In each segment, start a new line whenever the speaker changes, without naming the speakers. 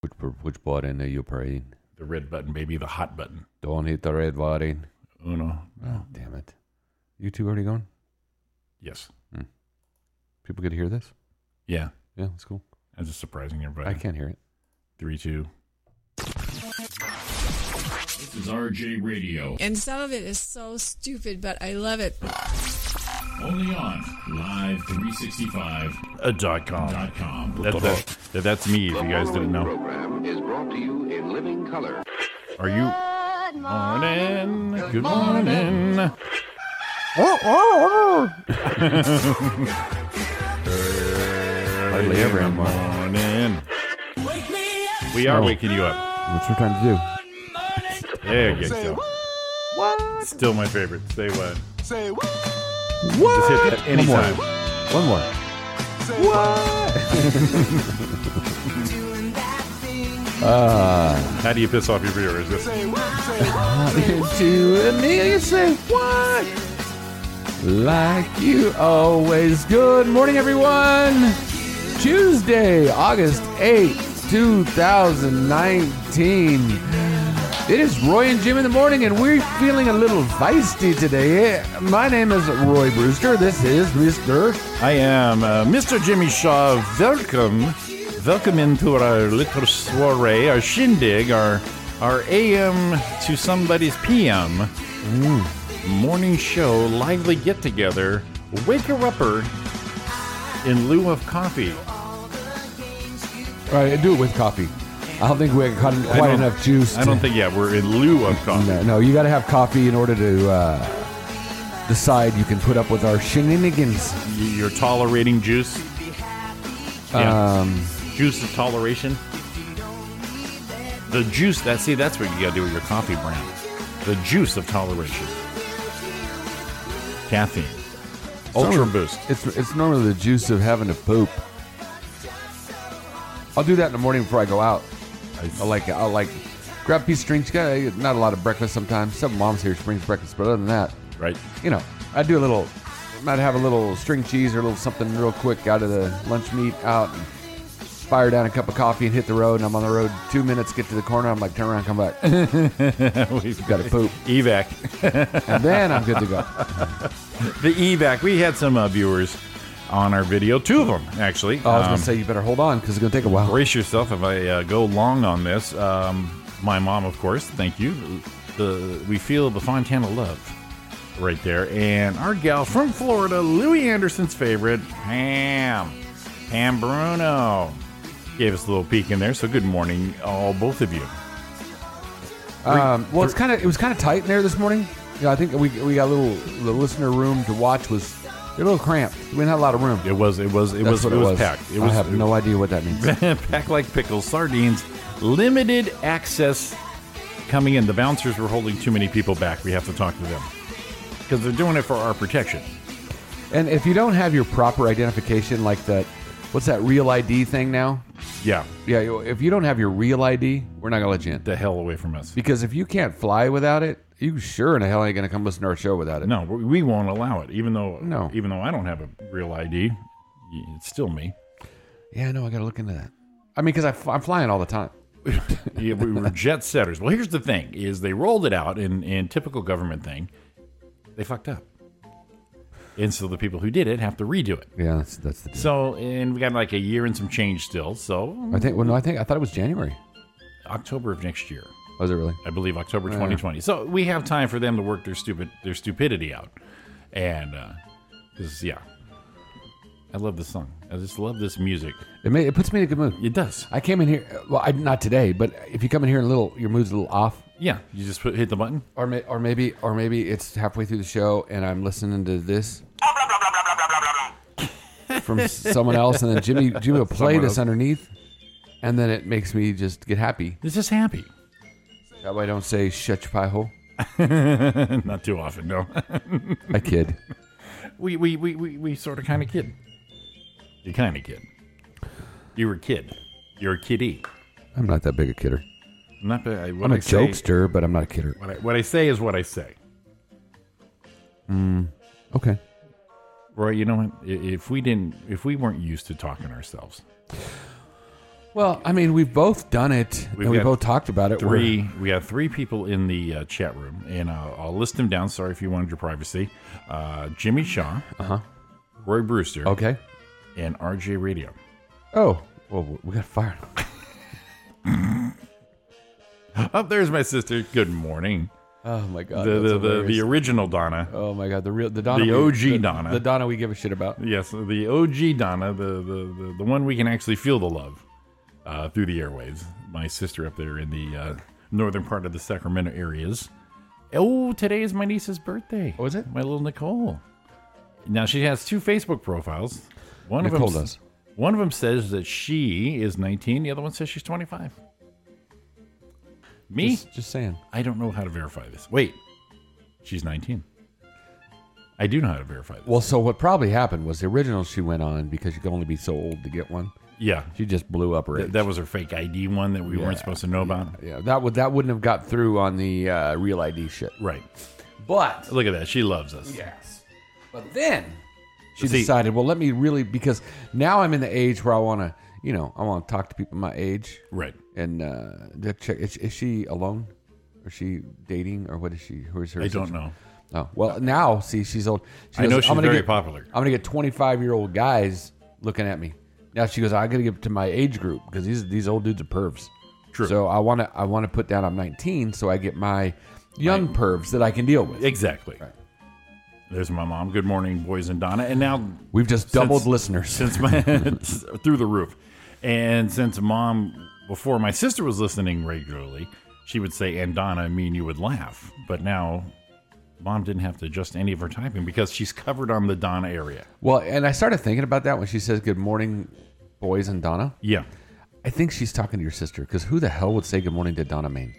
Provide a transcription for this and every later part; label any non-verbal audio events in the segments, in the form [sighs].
Which which button are you praying?
The red button, baby, the hot button.
Don't hit the red button.
Uno.
Oh, damn it! You two already going?
Yes.
People get to hear this?
Yeah.
Yeah, that's cool.
That's just surprising everybody.
I can't hear it.
Three, two.
This is RJ Radio.
And some of it is so stupid, but I love it.
Only on live365.com.
A dot com. That's, that's, that- that's me, if you guys didn't know.
program is brought to you in living color.
Are you. Morning. Good morning.
Oh, Hardly ever anymore.
Morning. We are
No.
waking you up.
What's we're trying to do?
There you go. Still my favorite. Say what?
Say what?
Just hit that anytime.
One more.
How do you piss off your viewers? Just
Say what? Say what?
Into a meal, you say what? Like you always. Good morning, everyone. Tuesday, August 8th, 2019. It is Roy and Jim in the morning, and we're feeling a little feisty today. My name is Roy Brewster. This is Mr.
I am uh, Mr. Jimmy Shaw. Welcome, welcome into our little soiree, our shindig, our our AM to somebody's PM morning show, lively get together, waker upper in lieu of coffee.
All right, do it with coffee. I don't think we got
I
quite
don't-
enough juice.
I don't think. Yeah, we're in lieu of coffee.
No, no, you got to have coffee in order to uh, decide you can put up with our shenanigans.
Y- You're tolerating juice. Yeah.
Um,
juice of toleration. The juice that see that's what you gotta do with your coffee brand. The juice of toleration. Caffeine. Ultra
normally-
boost.
It's it's normally the juice of having to poop. I'll do that in the morning before I go out. I, will like I'll like grab a piece of drinks. Got not a lot of breakfast sometimes. Some moms here brings breakfast, but other than that,
Right.
you know, I do a little. Might have a little string cheese or a little something real quick out of the lunch meat out and fire down a cup of coffee and hit the road. And I'm on the road two minutes, get to the corner. I'm like, turn around, come back.
[laughs] We've
Got to poop.
Evac. [laughs]
and then I'm good to go. Oh,
The evac. We had some uh, viewers on our video. Two of them actually.
Oh, I was
Um,
gonna say you better hold on because it's gonna take a while.
brace yourself if I uh, go long on this. Um, my mom, of course. Thank you. The we feel the Fontana love right there, and our gal from Florida, Louis Anderson's favorite, Pam, Pam Bruno, gave us a little peek in there. So good morning, all both of you.
Um, well, it's kind of it was kind of tight in there this morning. Yeah, I think we we got a little the listener room to watch was a little cramped. We didn't have a lot of room.
It was it was it
That's
was
what
it was, packed. It was
I have no idea what
[laughs]
that means.
packed like pickles, sardines, limited access coming in. The bouncers were holding too many people back. We have to talk to them because they're doing it for our protection.
and if you don't have your proper identification, like that, what's that real ID thing now?
Yeah,
Yeah, you- if you don't have your real ID, we're not gonna let you in.
the hell away from us.
Because if you can't fly without it, you sure in the hell ain't gonna come listen to our show without it.
No, we we won't allow it. Even though,
No.
even though I don't have a real ID, y- it's still me.
Yeah, no, I gotta look into that. I mean, because i I'm flying all the time.
yeah, we were jet setters. Well, here's the thing: is they rolled it out in in typical government thing, they fucked up, and so the people who did it have to redo it.
Yeah, that's that's the.
So, and we got like a year and some change still. So,
I think. Well, no, I think I thought it was January.
October of next year.
Was it really?
I believe October 2020. So we have time for them to work their stupid their stupidity out, and uh, this yeah, I love this song. I just love this music.
It may, it puts me in a good mood.
It does.
I came in here. Well, I, not today, but if you come in here in a little, your mood's a little off,
Yeah, you just put, hit the button.
or may, or maybe or maybe it's halfway through the show and I'm listening to this from s- someone else, and then Jimmy Jimmy will play
Someone
this
else.
underneath, and then it makes me just get happy.
This is happy. [laughs]
That way, I don't say shut your pie hole.
Not too often, [laughs] no.
I kid.
we we we we, we sort of kind of kid. You kind of kid. You were a kid. You're a kiddie.
I'm not that big a kidder.
Not that I, what
I'm a
I say-
jokester, but I'm not a kidder.
What I, what I say is what I say.
Okay.
Roy, you know what? I- If we didn't, if we weren't used to talking ourselves,
Well, I mean, we've both done it.
We've
and we
got
both talked about it. We're-
3 we have three people in the uh, chat room, and uh, I'll list them down. Sorry if you wanted your privacy. Uh, Jimmy Shaw, uh-huh. Roy Brewster,
okay.
and RJ Radio.
Oh, well, we got fired.
Oh, there's my sister. Good morning.
Oh my god.
the,
that's
the, the, the
hilarious.
original Donna.
Oh my god, the real the Donna
The
we-
OG
the-
Donna.
The Donna we give a shit about.
Yes, the OG Donna, the, the, the, the one we can actually feel the love uh, through the airwaves. My sister up there in the uh, northern part of the Sacramento areas. Oh, today is my niece's birthday.
Oh, is it?
My little Nicole. Now she has two Facebook profiles. One
Nicole
of them
does.
One of them says that she is 19. The other one says she's 25. Me,
Just, just saying.
I don't know how to verify this. Wait, she's 19. I do know how to verify this.
Well, so what probably happened was the original she went on because you could only be so old to get one.
yeah,
She just blew up her
Th-
age.
that was her fake ID one that we weren't supposed to know about.
yeah, that would that wouldn't have got through on the uh, real ID shit.
Right.
But
Look at that. She loves us.
yes, but then she
See-
decided. Well, let me really because now I'm in the age where I want to, you know, I want to talk to people my age.
Right.
And uh, to check is, is she alone? Is she dating or what is she? Who is her?
I don't
situ-
know.
Oh well, now see she's old. She
I know
goes,
she's
I'm gonna
very
get,
popular.
I'm gonna get 25 year old guys looking at me. Now she goes, I gotta get to my age group because these these old dudes are pervs.
True.
So I wanna I wanna put down I'm 19 so I get my young pervs that I can deal with.
Exactly. There's my mom. Good morning, boys and Donna. And now
We've just doubled
Since-
listeners.
since my [laughs] through the roof, and since mom before my sister was listening regularly, she would say, "And Donna, me and you would laugh." But now, mom didn't have to adjust any of her typing because she's covered on the Donna area.
well, and I started thinking about that when she says good morning, boys and Donna.
Yeah.
I think she's talking to your sister because who the hell would say good morning to Donna Main?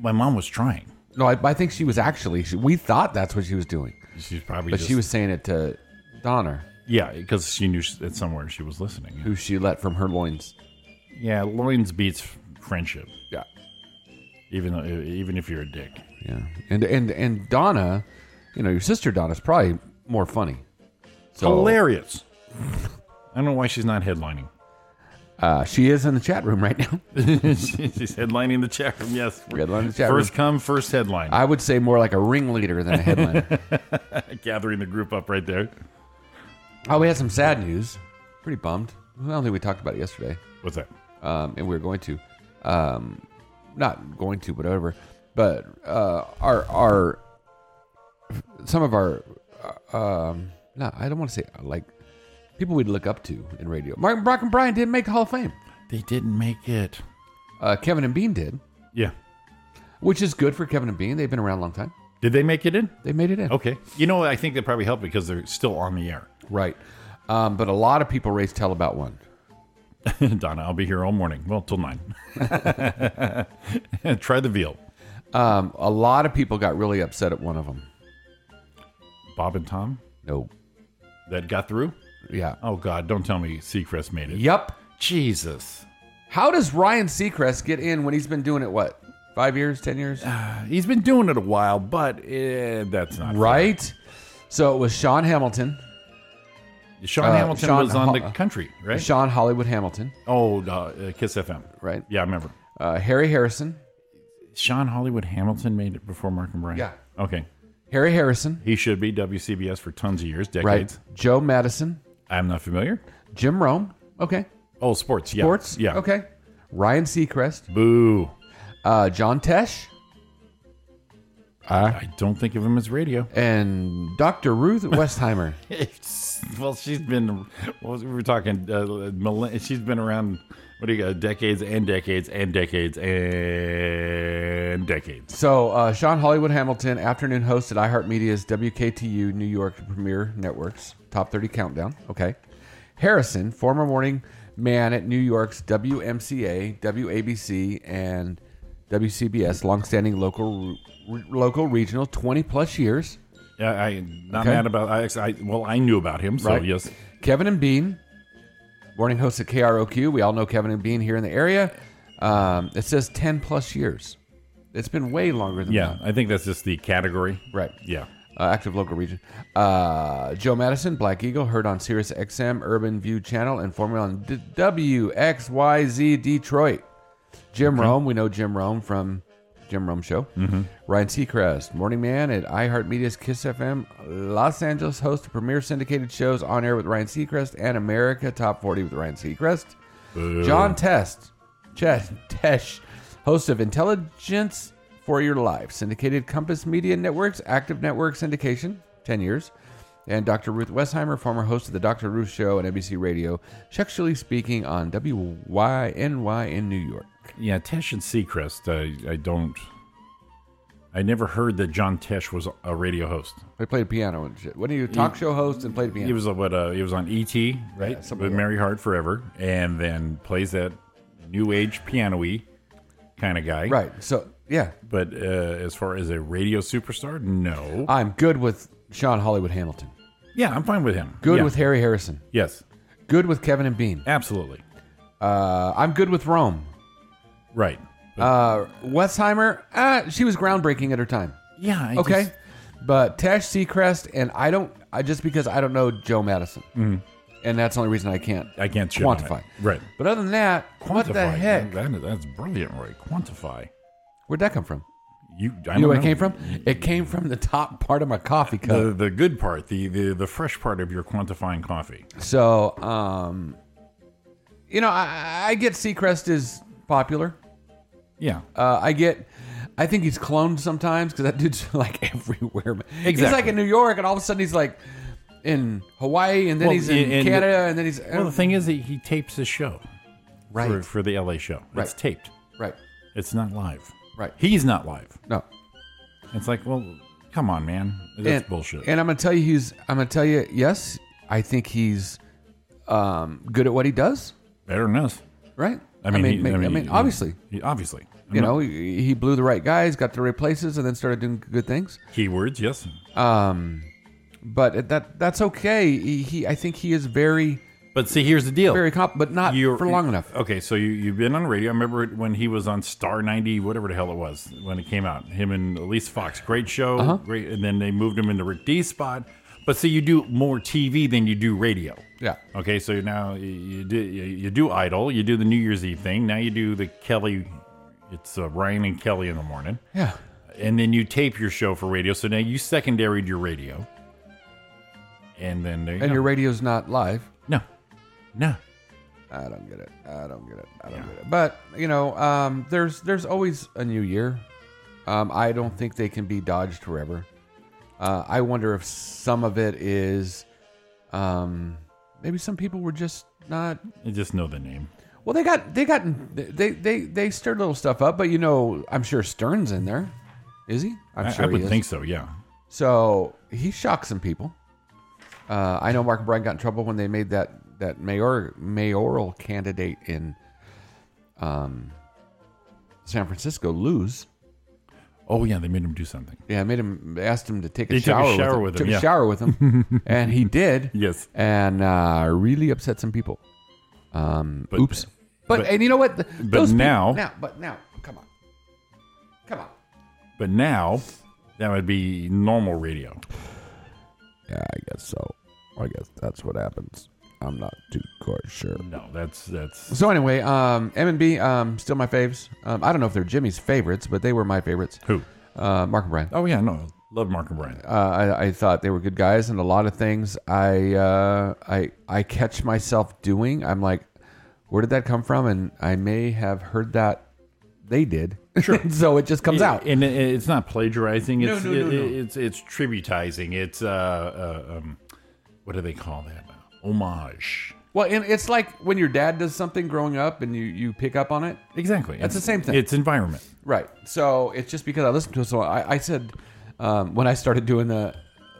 My mom was trying.
No, I, I think she was actually. She, we thought that's what she was doing,
She's probably
but
just,
she was saying it to Donna,
yeah because she knew sh- that somewhere she was listening.
who she let from her loins.
Yeah, loins beats friendship,
Yeah,
even though, e, even if you're a dick.
yeah. And and and Donna, you know, your sister Donna's probably more funny. So,
Oh. Hilarious. I don't know why she's not headlining. [laughs]
Uh, she is in the chat room right now.
she's headlining the chat room. Yes,
Headline the chat
first
room.
come, first headline.
I would say more like a ringleader than a headliner.
[laughs] Gathering the group up right there.
oh, we had some sad news. Pretty bummed. I don't think we talked about it yesterday.
What's that?
um, and we were going to, um, not going to, but whatever. But uh, our our some of our uh, um, no, I don't want to say like people we'd look up to in radio. Mark Brock and Brian didn't make Hall of Fame.
They didn't make it.
Uh, Kevin and Bean did,
Yeah.
which is good for Kevin and Bean. They've been around a long time.
Did they make it in?
They made it in.
Okay. You know, I think that probably helped because they're still on the air. [laughs]
Right. Um, but a lot of people raised hell about one.
Donna, I'll be here all morning. Well, till nine. [laughs] Try the veal.
Um, a lot of people got really upset at one of them.
Bob and Tom
No.
that got through.
Yeah.
Oh God! Don't tell me Seacrest made it.
Yup.
Jesus.
How does Ryan Seacrest get in when he's been doing it what? Five years, ten years?
He's been doing it a while, but eh, that's not
Right? So it was Sean Hamilton,
fair. Sean
Uh,
Hamilton
Sean
was on the
Ho-
country, right?
Sean Hollywood Hamilton,
oh, uh, uh, Kiss FM.
right?
Yeah, I remember.
Uh, Harry Harrison,
Sean Hollywood Hamilton made it before Mark and Brian.
Yeah.
Okay.
Harry Harrison,
He should be WCBS for tons of years,
right?
decades.
Joe Madison,
I'm not familiar.
Jim Rome, okay?
Oh, sports. Yeah.
Sports,
Yeah.
okay? Ryan Seacrest,
Boo.
uh, John Tesh,
I don't think of him as radio.
and Dr. Ruth Westheimer. [laughs]
well, she's been. What was, we were talking. Uh, millen- she's been around. What do you got? Decades and decades and decades and decades.
so uh, Sean Hollywood Hamilton, afternoon host at iHeartMedia's WKTU New York Premier Networks Top 30 Countdown, okay? Harrison, former morning man at New York's WMCA, WABC, and WCBS, longstanding local, re- local regional, 20 plus years.
Yeah, I not
Okay.
mad about. I, I well, I knew about him. So
Right.
yes,
Kevin and Bean, morning host at KROQ. We all know Kevin and Bean here in the area. Um, it says 10 plus years. It's been way longer than
yeah.
that.
I think that's just the category.
Right.
Yeah.
uh, active local region. Uh, Joe Madison, Black Eagle, heard on Sirius XM, Urban View Channel, and formerly on D- WXYZ Detroit. Jim Rome, we know Jim Rome from Jim Rome Show. Mm-hmm. Ryan Seacrest, Morning Man at iHeartMedia's Kiss FM, Los Angeles, host of premier syndicated shows on air with Ryan Seacrest and America Top 40 with Ryan Seacrest. John Test, Chet Tesh, host of Intelligence for Your Life, syndicated Compass Media Networks, Active Network Syndication, 10 years. And Dr. Ruth Westheimer, former host of The Dr. Ruth Show on NBC Radio, sexually speaking on WYNY in New York.
Yeah, Tesh and Seacrest. I, I don't. I never heard that John Tesh was a radio host.
They played piano and shit. What are you, talk show host and played piano?
He was a- what? Uh, he was on ET, right?
something
With
like
Mary Hart forever, and then plays that new age piano-y kind of guy.
right. So, yeah,
But uh, as far as a radio superstar, no.
I'm good with Sean Hollywood Hamilton.
yeah, I'm fine with him.
Good
Yeah.
with Harry Harrison.
Yes,
Good with Kevin and Bean.
absolutely.
Uh, I'm good with Rome.
Right. But,
Uh, Westheimer, uh, she was groundbreaking at her time.
yeah. I
okay.
just-
but Tash Seacrest, and I don't, I just because I don't know Joe Madison. And that's the only reason I can't
Mm-hmm. I can't shit on it.
quantify.
Right.
But other than that, what the
Quantify.
heck?
That- that's brilliant, Roy. Quantify.
Where'd that come from?
You, I
You
don't
know where
know.
it came from? It came from the top part of my coffee cup.
The, the good part, the, the the fresh part of your quantifying coffee.
So, um, you know, I, I get Seacrest is popular.
Yeah.
Uh, I get, I think he's cloned sometimes because that dude's [laughs] like everywhere. man. He's
Exactly.
like in New York, and all of a sudden he's like in Hawaii, and then
Well,
he's in
and- and-
Canada, and then he's
well, the thing is that he tapes his show
right,
for, for the LA show.
Right.
It's taped.
right,
It's not live.
right.
He's not live.
No,
It's like, well, come on, man. That's
and,
bullshit.
And I'm gonna tell you, he's. I'm gonna tell you, yes, I think he's um, good at what he does.
Better than us.
Right.
I mean, he-
ma- I mean,
he-
obviously.
he- obviously. I'm
You
not-
know, he he blew the right guys, got to the right places, and then started doing good things.
keywords. Yes.
Um, but that that's okay. He, he I think he is very
But see, here's the deal.
very comp, but not
You're-
for long enough.
Okay, so you, you've been on radio. I remember it when he was on Star 90, whatever the hell it was, when it came out. Him and Elise Fox, great show.
Uh-huh.
Great, and then they moved him into Rick D spot. But see, you do more TV than you do radio.
Yeah.
Okay, so now you- you do you, you do Idol, you do the New Year's Eve thing. Now you do the Kelly. It's uh, Ryan and Kelly in the morning,
Yeah.
and then you tape your show for radio. So now you secondaried your radio, and then there you
And
go.
your radio's not live.
no, no.
I don't get it. I don't get it. I don't
Yeah.
get it. But you know, um, there's there's always a new year. Um, I don't think they can be dodged forever. Uh, I wonder if some of it is, um, maybe some people were just not
I just know the name.
Well, they got they got they they they stirred little stuff up, but you know, I'm sure Stern's in there. Is he? I'm
I,
sure
I would
he is.
think so. Yeah.
So he shocked some people. Uh, I know Mark and Brian got in trouble when they made that that mayor mayoral candidate in um, San Francisco lose.
Oh yeah, they made him do something.
Yeah, I made him asked him to take a
He took a
shower,
shower
with
with
him.
him,
Took
yeah.
a shower
[laughs]
with him, and he did.
Yes.
and uh, really upset some people. Um,
But-
oops. But,
but-
and you know what? Th- those peop-
now-
now, but now, come on, come on.
But now that would be normal radio.
Yeah, I guess so. I guess that's what happens. I'm not too quite sure.
No, that's that's
So anyway, um, M and B, um, still my faves. Um, I don't know if they're Jimmy's favorites, but they were my favorites.
who?
Uh, Mark and Brian.
Oh yeah, no, love Mark and Brian.
Uh, I, I thought they were good guys, and a lot of things I uh, I I catch myself doing. I'm like, where did that come from? And I may have heard that they did. Sure. [laughs] so it just comes out.
and it- it's not plagiarizing. It's
no, no,
it-
no.
it's it's tributizing. It's uh, uh um, what do they call that? Homage.
well, and it's like when your dad does something growing up, and you you pick up on it.
Exactly.
That's
It's-
the same thing.
It's environment.
Right. So it's just because I listened to it. So I, I said um, when I started doing the,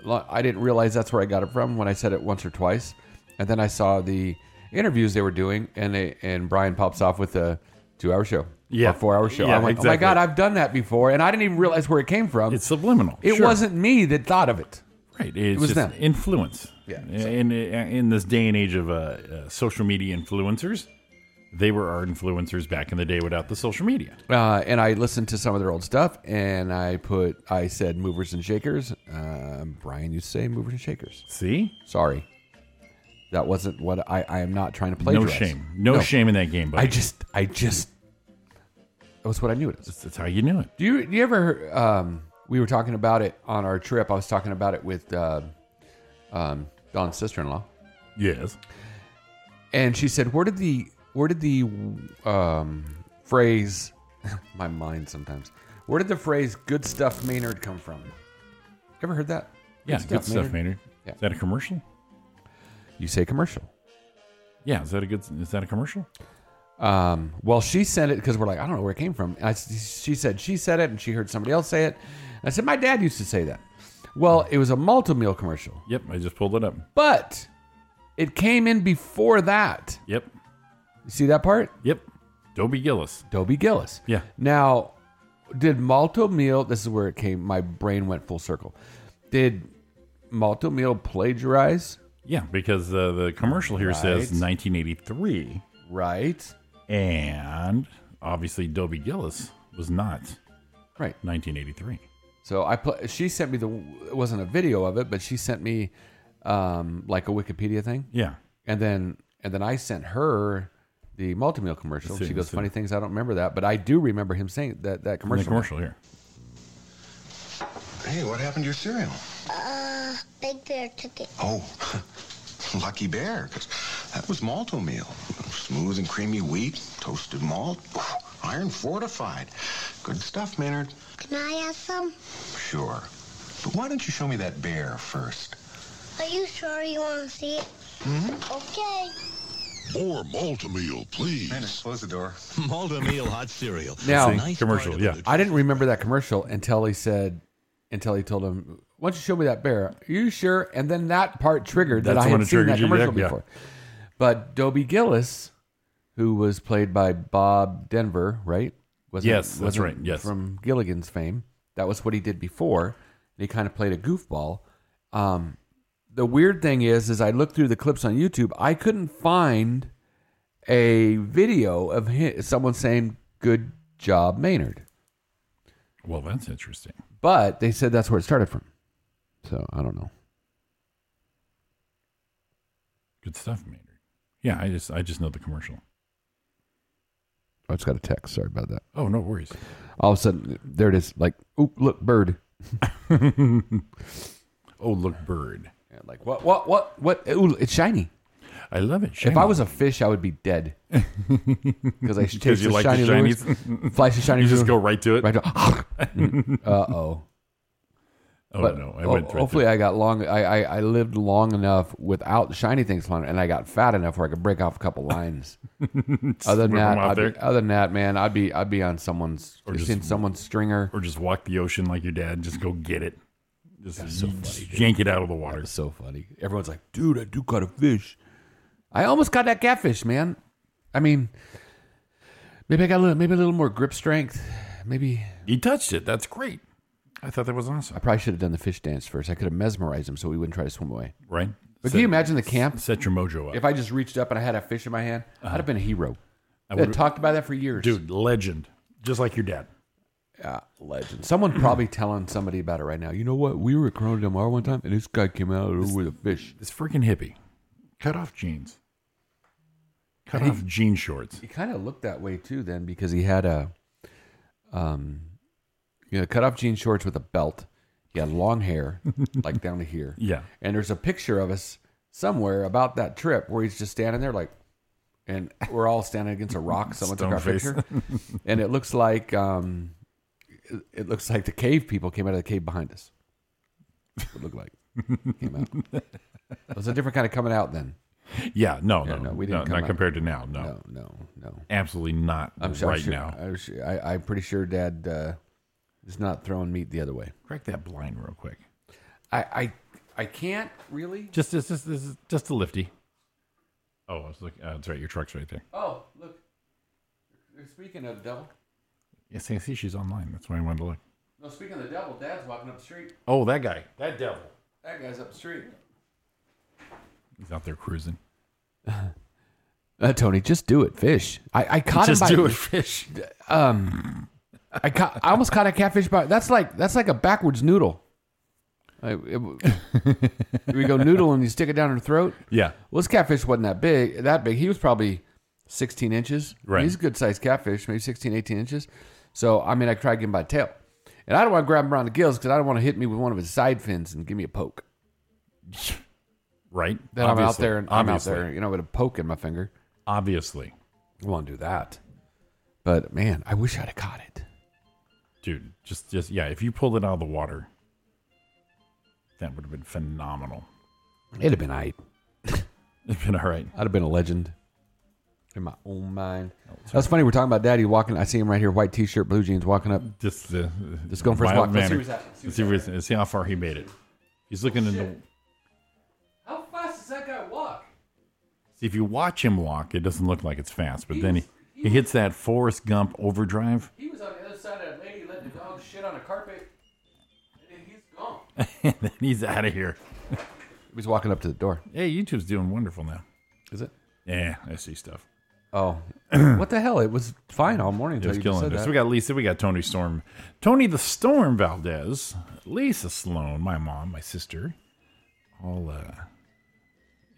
I didn't realize that's where I got it from when I said it once or twice, and then I saw the interviews they were doing, and they and Brian pops off with a two-hour show,
Yeah.
four-hour show.
Yeah,
I went, oh my
exactly.
god, I've done that before, and I didn't even realize where it came from.
It's subliminal.
it
Sure.
wasn't me that thought of it.
Right. It's
was
just
them.
influence.
Yeah, so-
In in this day and age of uh, uh, social media uh, influencers, They were our influencers back in the day without the social media.
Uh, and I listened to some of their old stuff, and I put, I said movers and shakers. Um, Brian, you say movers and shakers.
See?
Sorry, that wasn't what I. I am not trying to plagiarize.
No shame. No, shame in that game, buddy.
I just, I just. That was what I knew it is.
That's how you knew it.
Do you, do you ever? Um, we were talking about it on our trip. I was talking about it with uh, um, Don's sister-in-law,
Yes.
and she said, "Where did the, where did the um, phrase? [laughs] my mind sometimes. Where did the phrase "good stuff Maynard" come from? Ever heard that?
Yeah, good stuff, Maynard.
Yeah.
Is that a commercial?
You say commercial.
Yeah, is that a good? Is that a commercial?
Um, well, she said it because we're like, I don't know where it came from. And I, she said she said it, and she heard somebody else say it. And I said my dad used to say that. Well, it was a multi-meal commercial,
Yep, I just pulled it up.
but it came in before that.
Yep,
You see that part?
yep. Dobie Gillis.
Dobie Gillis.
Yeah.
Now, did Malto Meal? This is where it came. My brain went full circle. Did Malto Meal plagiarize?
Yeah, because uh, the commercial here says
Right.
1983,
Right.
and obviously Dobie Gillis was not
Right.
1983.
So I put. She sent me the. It wasn't a video of it, but she sent me um, like a Wikipedia thing.
Yeah,
and then and then I sent her the multi-meal commercial.
Let's see,
she goes,
let's see.
"Funny things, I don't remember that, but I do remember him saying that that
from the
commercial."
commercial here.
Hey, what happened to your cereal?
Uh, Big Bear took it.
Oh, [laughs] Lucky Bear, 'cause that was malto meal. Smooth and creamy wheat, toasted malt, [sighs] iron fortified. Good stuff, Maynard.
Can I have some?
Sure. But why don't you show me that bear first?
Are you sure you want to see it? Okay.
More Malta meal, please.
Maynard, close the door.
Malta meal hot cereal.
Now-
It's a nice
Commercial,
bite of
yeah.
the
I didn't remember that commercial until he said, until he told him, "Why don't you show me that bear? Are you sure?" And then that part triggered that
That's
I
when
had
it
seen
triggered
that
you,
commercial
yeah.
before. But Dobie Gillis, who was played by Bob Denver, right? Wasn't,
Yes, that's
wasn't
right, yes.
from Gilligan's fame. That was what he did before. And he kind of played a goofball. Um, the weird thing is, is I looked through the clips on YouTube, I couldn't find a video of hi someone saying "Good job, Maynard."
Well, that's interesting.
But they said that's where it started from. So I don't know.
Good stuff, Maynard. Yeah, I just I just know the commercial.
I just got a text. Sorry about that.
Oh, no worries. [laughs]
All of a sudden, there it is. Like, oop, look, bird.
Oh, look, bird.
Yeah, like, what, what, what, what? Ooh, it's shiny.
I love it.
If I was a fish, I would be
[laughs]
dead. Because I should taste
you
the
like
shiny
the
lures, flash the shiny
you just
lures,
go right to
[laughs]
it.
right to- [laughs] Uh-oh.
oh
But
no, I
ho-
went right
hopefully
to it.
I got long. I, I I lived long enough without shiny things flying, and I got fat enough where I could break off a couple
[laughs]
lines. other than
whip 'em
that,
out
I'd be,
there.
other than that, man, I'd be I'd be on someone's
Or
just
just-
in someone's stringer.
or just walk the ocean like your dad. Just go get it. Just, just yank it out of the water.
It's so funny. Everyone's like, dude, I do caught a fish. I almost caught that catfish, man. I mean, maybe I got a little, maybe a little more grip strength. Maybe
He touched it. That's great. I thought that was awesome.
I probably should have done the fish dance first. I could have mesmerized him so he wouldn't try to swim away.
Right?
But
Set-
can you imagine the camp?
Set your mojo up.
If I just reached up and I had a fish in my hand, I'd have been a hero. I would have
would've-
talked about that for years,
Dude, legend. Just like your dad.
Yeah, legend. Someone probably telling somebody about it right now. You know what? We were at Corona Del Mar one time, and this guy came out with a fish.
This freaking hippie. Cut off jeans. Cut off jean shorts.
he kind of looked that way too then because he had a um you know cut off jean shorts with a belt he had long
[laughs]
hair like down to here
Yeah.
and there's a picture of us somewhere about that trip where he's just standing there like and we're all standing against a rock someone took our
Stone
picture and it looks like um it, it looks like the cave people came out of the cave behind us it looked like came out
[laughs]
it was a different kind of coming out then
Yeah, no, no,
no,
no.
we didn't come
not
out.
compared to now. No.
no no no
Absolutely not
I'm sure,
right
sure-
now.
I'm, sure, I, I'm pretty sure Dad uh, is not throwing meat the other way.
Crack that blind real quick.
I, I, I can't really.
Just this this this is just a lifty. Oh, I was looking uh, that's right, your truck's right there.
Oh, look. You're Speaking of the devil,
Yes, I see she's online. That's why I wanted to look.
no. Speaking of the devil, Dad's walking up the street.
Oh, that guy. That devil.
That guy's up the street.
He's out there cruising.
Uh, Tony, just do it. Fish. I, I caught
Just
him by
do it, fish.
I caught, I almost caught a catfish by that's like that's like a backwards noodle. Like, [laughs] it- we go noodle and you stick it down her throat.
[laughs] Yeah.
Well, this catfish wasn't that big. That big. He was probably 16 inches.
Right.
He's a good sized catfish, maybe 16, 18 inches. So, I mean, I tried getting by the tail. And I don't want to grab him around the gills because I don't want to hit me with one of his side fins and give me a poke.
Right.
Then I'm out
Obviously.
there and
Obviously.
I'm out there, you know, with a poke in my finger.
Obviously.
I won't do that. But man, I wish I'd have caught it.
Dude, just just yeah, if you pulled it out of the water, that would have been phenomenal. [laughs]
It'd have been I.
It'd been all right.
I'd have been a legend in my own mind. That's funny. We're talking about Daddy walking. I see him right here, white T-shirt, blue jeans, walking up.
Just the
Just going for his
wild
walk. Let's see
manner.
where he's at.
Let's see, where he's- let's see how far he made it. He's looking in the.
How fast does that guy walk?
See, if you watch him walk, it doesn't look like it's fast, but then he, he hits that Forrest Gump overdrive.
He was on the other side of that lady letting the dog shit on a carpet, and then he's gone.
[laughs] and then he's out of here.
He was walking up to the door.
Hey, YouTube's doing wonderful now.
Is it?
Yeah, I see stuff.
Oh, [clears throat] what the hell? It was fine all morning
It
until
was
you just said
killing us.
that.
We got Lisa, we got Tony Storm, Tony the Storm Valdez, Lisa Sloan, my mom, my sister, all, uh,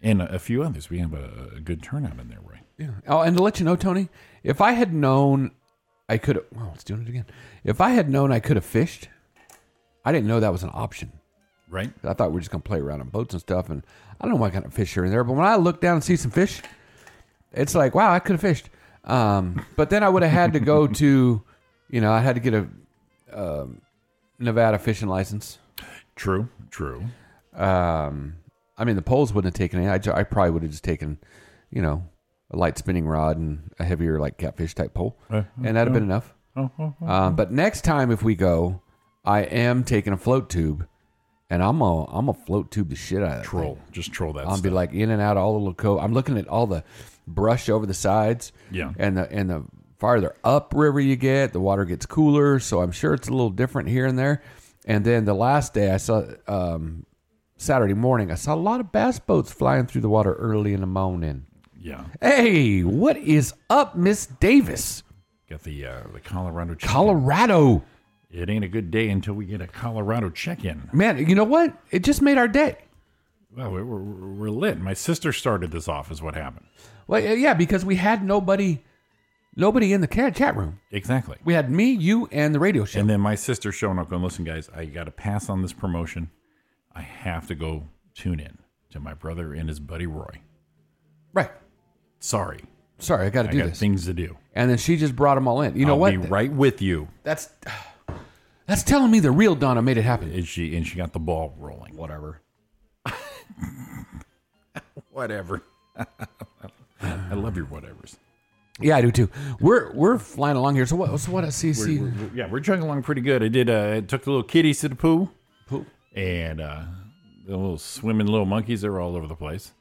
and a, a few others. We have a, a good turnout in there, right?
Yeah. Oh, and to let you know, Tony, if I had known, I could. Well, it's doing it again. If I had known I could have fished, I didn't know that was an option.
Right?
I thought we were just gonna play around on boats and stuff, and I don't know what kind of fish are in there. But when I look down and see some fish, it's like, wow, I could have fished. Um, but then I would have had to go to, you know, I had to get a um, Nevada fishing license.
True, true.
Um, I mean, the poles wouldn't have taken any. I, ju- I probably would have just taken, you know, a light spinning rod and a heavier like catfish type pole,
Uh,
and that'd have been enough.
Oh, oh, oh.
Um, but next time if we go, I am taking a float tube, and I'm a I'm a float tube the shit out of that thing.
troll. Just troll that
I'll
stuff.
be like in and out all the little cove. I'm looking at all the brush over the sides.
Yeah.
And the and the farther up river you get, the water gets cooler. So I'm sure it's a little different here and there. And then the last day I saw um, Saturday morning, I saw a lot of bass boats flying through the water early in the morning.
yeah.
Hey, what is up, Miss Davis?
Got the uh, the Colorado check.
Colorado.
it ain't a good day until we get a Colorado check-in.
Man, you know what? It just made our day.
Well, we're, we're, we're lit. My sister started this off, is what happened.
Well, yeah, because we had nobody nobody in the ca- chat room.
Exactly.
We had me, you, and the radio show.
And then my sister showing up going, listen, guys, I got to pass on this promotion. I have to go tune in to my brother and his buddy Roy.
right. Sorry. Sorry,
Sorry,
I got to
I
do
got
this.
things to do.
and then she just brought them all in. You know
I'll
what?
Be right with you.
That's [sighs] that's telling me the real Donna made it happen.
And she and she got the ball rolling.
Whatever.
[laughs] Whatever. [laughs] I love your whatevers.
Yeah, I do too. We're we're flying along here. So what? So what? I see. see.
We're- we're- yeah, we're chugging along pretty good. I did. Uh, I took the little kitties to the pool,
Pool.
and uh, the little swimming little monkeys. They were all over the place.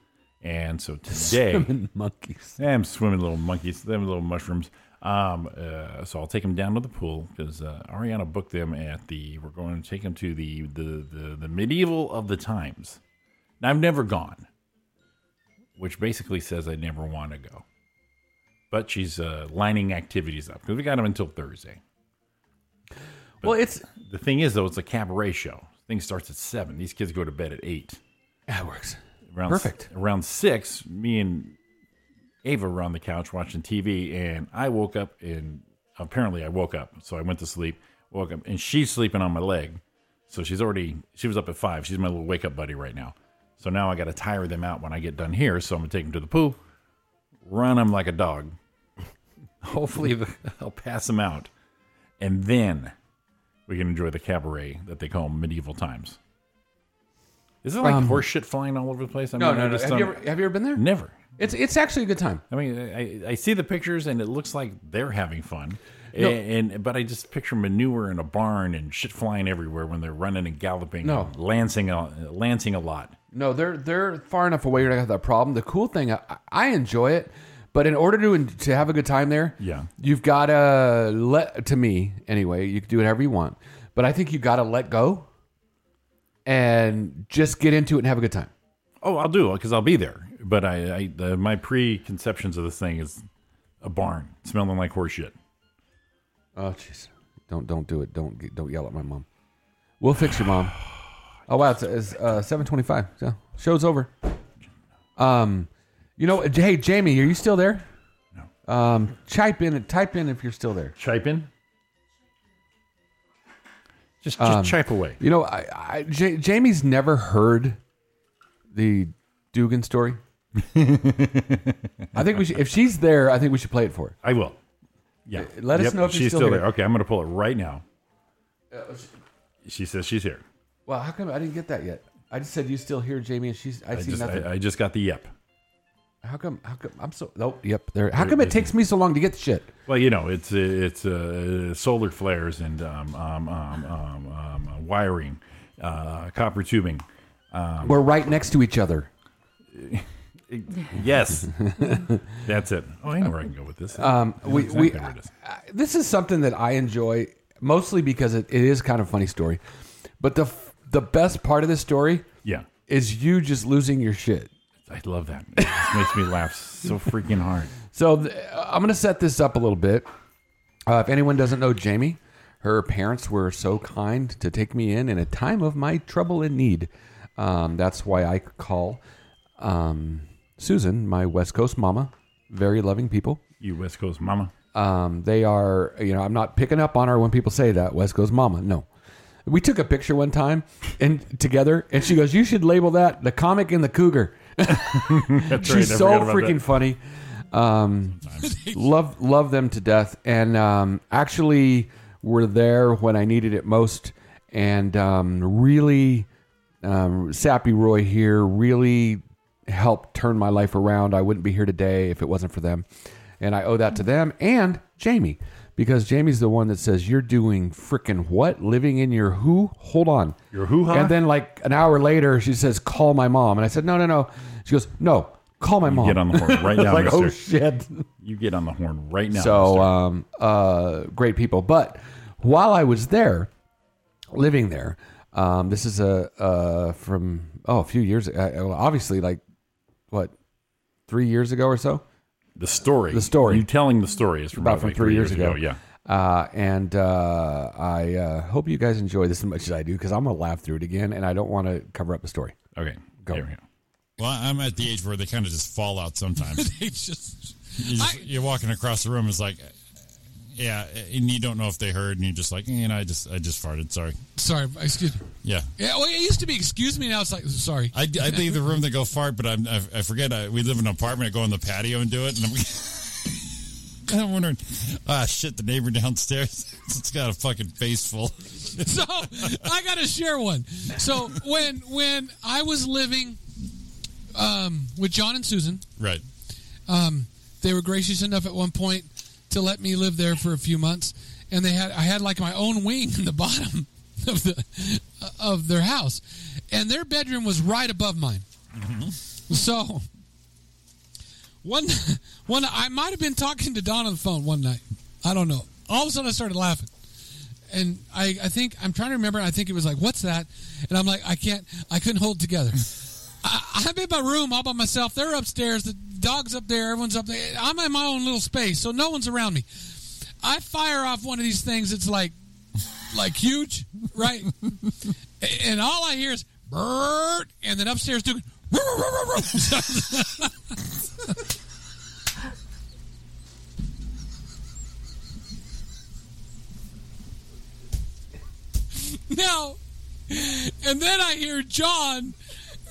And
[laughs]
so today,
monkeys.
I'm swimming little monkeys, them little mushrooms. Um, uh, so I'll take them down to the pool because uh, Ariana booked them at the. We're going to take them to the the the, the medieval of the times. And I've never gone, which basically says I never want to go. But she's uh, lining activities up because we got them until Thursday.
Well, it's
The thing is, though, it's a cabaret show. Thing starts at seven. These kids go to bed at eight.
that works.
Around
Perfect.
around six, me and Ava were on the couch watching TV, and I woke up and apparently I woke up, so I went to sleep. Woke up, and she's sleeping on my leg, so she's already she was up at five. She's my little wake up buddy right now. So now I got to tire them out when I get done here. So I'm gonna take them to the pool, run them like a dog. [laughs] Hopefully the- I'll pass them out, and then we can enjoy the cabaret that they call medieval times. Is it like
Um,
horse shit flying all over the place? I
No,
mean, I
no, no.
just
Have
don't-
you ever have you ever been there?
Never.
It's it's actually a good time.
I mean, I, I see the pictures and it looks like they're having fun.
No.
And, and- but I just picture manure in a barn and shit flying everywhere when they're running and galloping,
No.
and lancing a lancing a lot.
No, they're they're far enough away. You're not gonna have that problem. The cool thing, I, I enjoy it, but in order to to have a good time there,
Yeah.
you've got to let to me anyway. You can do whatever you want, but I think you got to let go and just get into it and have a good time.
Oh, I'll do it because I'll be there. But I, I the, my preconceptions of this thing is a barn smelling like horse shit.
Oh, jeez. Don't don't do it. Don't get- don't yell at my mom. We'll fix
[sighs]
your mom. Oh wow, it's, it's uh, seven twenty-five. So show's over. Um, you know, hey Jamie, are you still there? No. Um, type in type in if you're still there.
Chipe in. Just just
Um,
chipe away.
You know, I, I J- Jamie's never heard the Dugan story. I think we should, if she's there, I think we should play it for her.
I will. Yeah.
Let us know if you're
she's there.
still here. Uh, oh,
Okay, I'm going to pull it right now. She says she's here.
Well, how come I didn't get that yet? I just said you still hear Jamie, and she's I,
I
see
just
nothing.
I, I just got the yep.
How come? How come? I'm so. Nope. Yep. There. How come it takes me so long to get the shit?
Well, you know, it's it's uh, solar flares and um, um, um, um, um, uh, wiring, uh, copper tubing.
We're right next to each other. [laughs]
Yes, that's it. Oh, I know where I can go with this. I know
We, Um, we,
exactly where it is.
I- this is something that I enjoy mostly because it, it is kind of a funny story, but the f- the best part of this story
yeah,
is you just losing your shit.
I love that. It just makes me laugh so freaking hard.
So th- I'm going to set this up a little bit. Uh, if anyone doesn't know Jamie, her parents were so kind to take me in in a time of my trouble and need. Um, that's why I call um, Susan my West Coast mama. Very loving people.
You West Coast mama.
Um, they are, you know, I'm not picking up on her when people say that West Coast mama. No, we took a picture one time and together, and she goes, "You should label that the comic and the cougar."
That's
She's
right, I
so
forgot about
freaking
that.
funny. Um, love love them to death, and um, actually were there when I needed it most. And um, really, um, Sappy Roy here really helped turn my life around. I wouldn't be here today if it wasn't for them, and I owe that to them and Jamie because Jamie's the one that says you're doing freaking what living in your who hold on
Your hoo-ha?
and then like an hour later she says call my mom and I said no no no she goes no call my mom
Get on the horn
[laughs]
right now,
like
Mister.
oh shit
you get on the horn right now.
so
mister.
um, uh, great people but while i was there living there um, this is a uh, from oh a few years uh, well, obviously like what three years ago or so
the story,
the story.
you telling the story is from
about
about
from
like
three, years, ago.
Yeah,
Uh, and uh, I uh, hope you guys enjoy this as much as I do because I'm gonna laugh through it again, and I don't want to cover up the story.
okay,
Go.
There we go.
Well, I'm at the age where they kind of just fall out
[laughs]
sometimes. they just, you just you're walking across the room, it's like, yeah, and you don't know if they heard, and you're just like, you know, I just I just farted. Sorry.
Sorry, excuse me.
Yeah.
Yeah, well, it used to be excuse me. Now it's like sorry.
I, I leave the room to go fart, but I'm, I, I forget. I, we live in an apartment. I go on the patio and do it, and I'm, [laughs] and I'm wondering, ah, shit, the neighbor downstairs, [laughs] it's got a fucking face full. [laughs]
[laughs] so I got to share one. So when when I was living um, with John and Susan,
Right.
um, they were gracious enough at one point to let me live there for a few months, and they had I had like my own wing in the [laughs] bottom of the of their house, and their bedroom was right above mine. So one one I might have been talking to Don on the phone one night. I don't know. All of a sudden, I started laughing. And I, I think I'm trying to remember. I think it was like, "What's that?" And I'm like, "I can't. I couldn't hold it together." I, I'm in my room all by myself. They're upstairs. The dog's up there. Everyone's up there. I'm in my own little space, so no one's around me. I fire off one of these things. It's like, like huge, right? and all I hear is bird, and then upstairs [laughs] doing. "Roo, roo, roo, roo, roo." now, and then I hear John,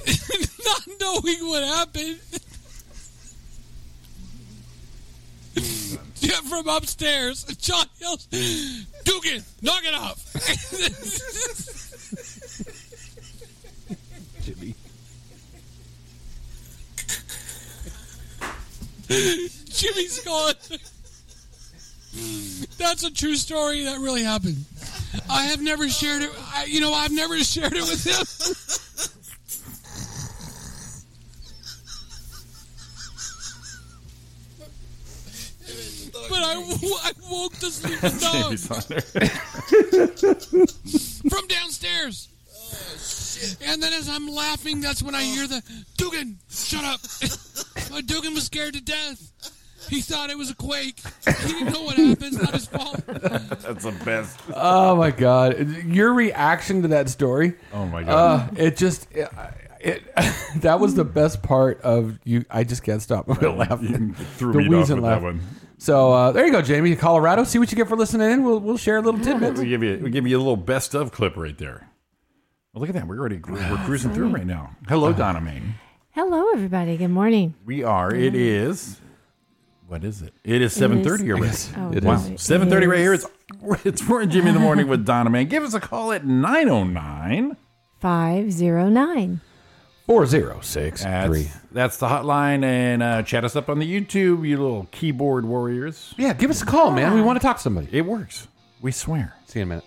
[laughs] not knowing what happened, Yeah, from upstairs. John yells, "Dugan, knock it off!" [laughs] Jimmy's gone. That's a true story. That really happened. I have never shared it. I, you know, I've never shared it with him. but I, wo- I woke to sleep the
[laughs]
dog
Jamie's on there.
from downstairs.
And then as I'm laughing, that's when I hear the Dugan, shut up. My Dugan was scared to death. He thought it was a quake. He didn't know what happened. It's not his fault.
That's the best.
Oh my god, your reaction to that story.
Oh my God.
uh, it just it, it [laughs] that was the best part of you. I just can't stop [laughs] laughing.
you [laughs] threw me off
wheezing
with that
laugh.
one.
So uh, there you go, Jamie, Colorado. See what you get for listening in. We'll we'll share a little tidbit.
We give you we give you a little best of clip right there. Well, look at that. We're already we're cruising through right now. Hello,
Uh-huh.
Donna Main.
Hello, everybody. Good morning.
We are. It is. What is it? It is
It
seven thirty.
is-
You're
It
with.
is. Oh,
wow.
it
Seven thirty right here.
is.
It's it's more Jimmy in the morning with Donna Main. Give us a call at 909
509.
406
That's, that's the hotline, and uh, chat us up on the YouTube, you little keyboard warriors.
Yeah, give us a call, man. We want to talk to somebody.
It works. We swear.
See you in a minute.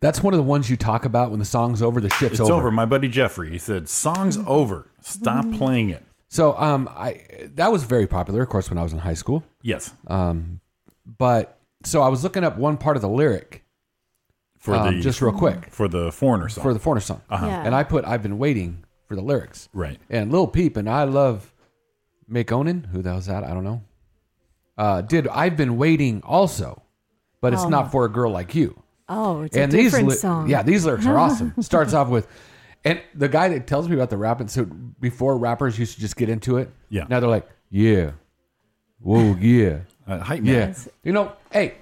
That's one of the ones you talk about when the song's over. The shit's
It's over. My buddy Jeffrey, he said, "Song's over. Stop
Mm-hmm.
playing it."
So um, I that was very popular, of course, when I was in high school.
Yes,
Um, but so I was looking up one part of the lyric
for
um,
the
just real quick
for the foreigner song.
for the foreigner song,
Uh-huh.
Yeah.
and I put I've been waiting for the lyrics.
right.
And Lil Peep and I love Mick Onan. Who the hell's that? I don't know. Uh, did I've been waiting also, but it's
Oh.
not for a girl like you.
Oh, it's a different
these, ly-
song.
Yeah, these lyrics are
[laughs]
awesome. Starts off with, and the guy that tells me about the rapping, so before rappers used to just get into it.
Yeah.
Now they're like, yeah, whoa, yeah,
Uh, hype man.
yeah. You know, hey,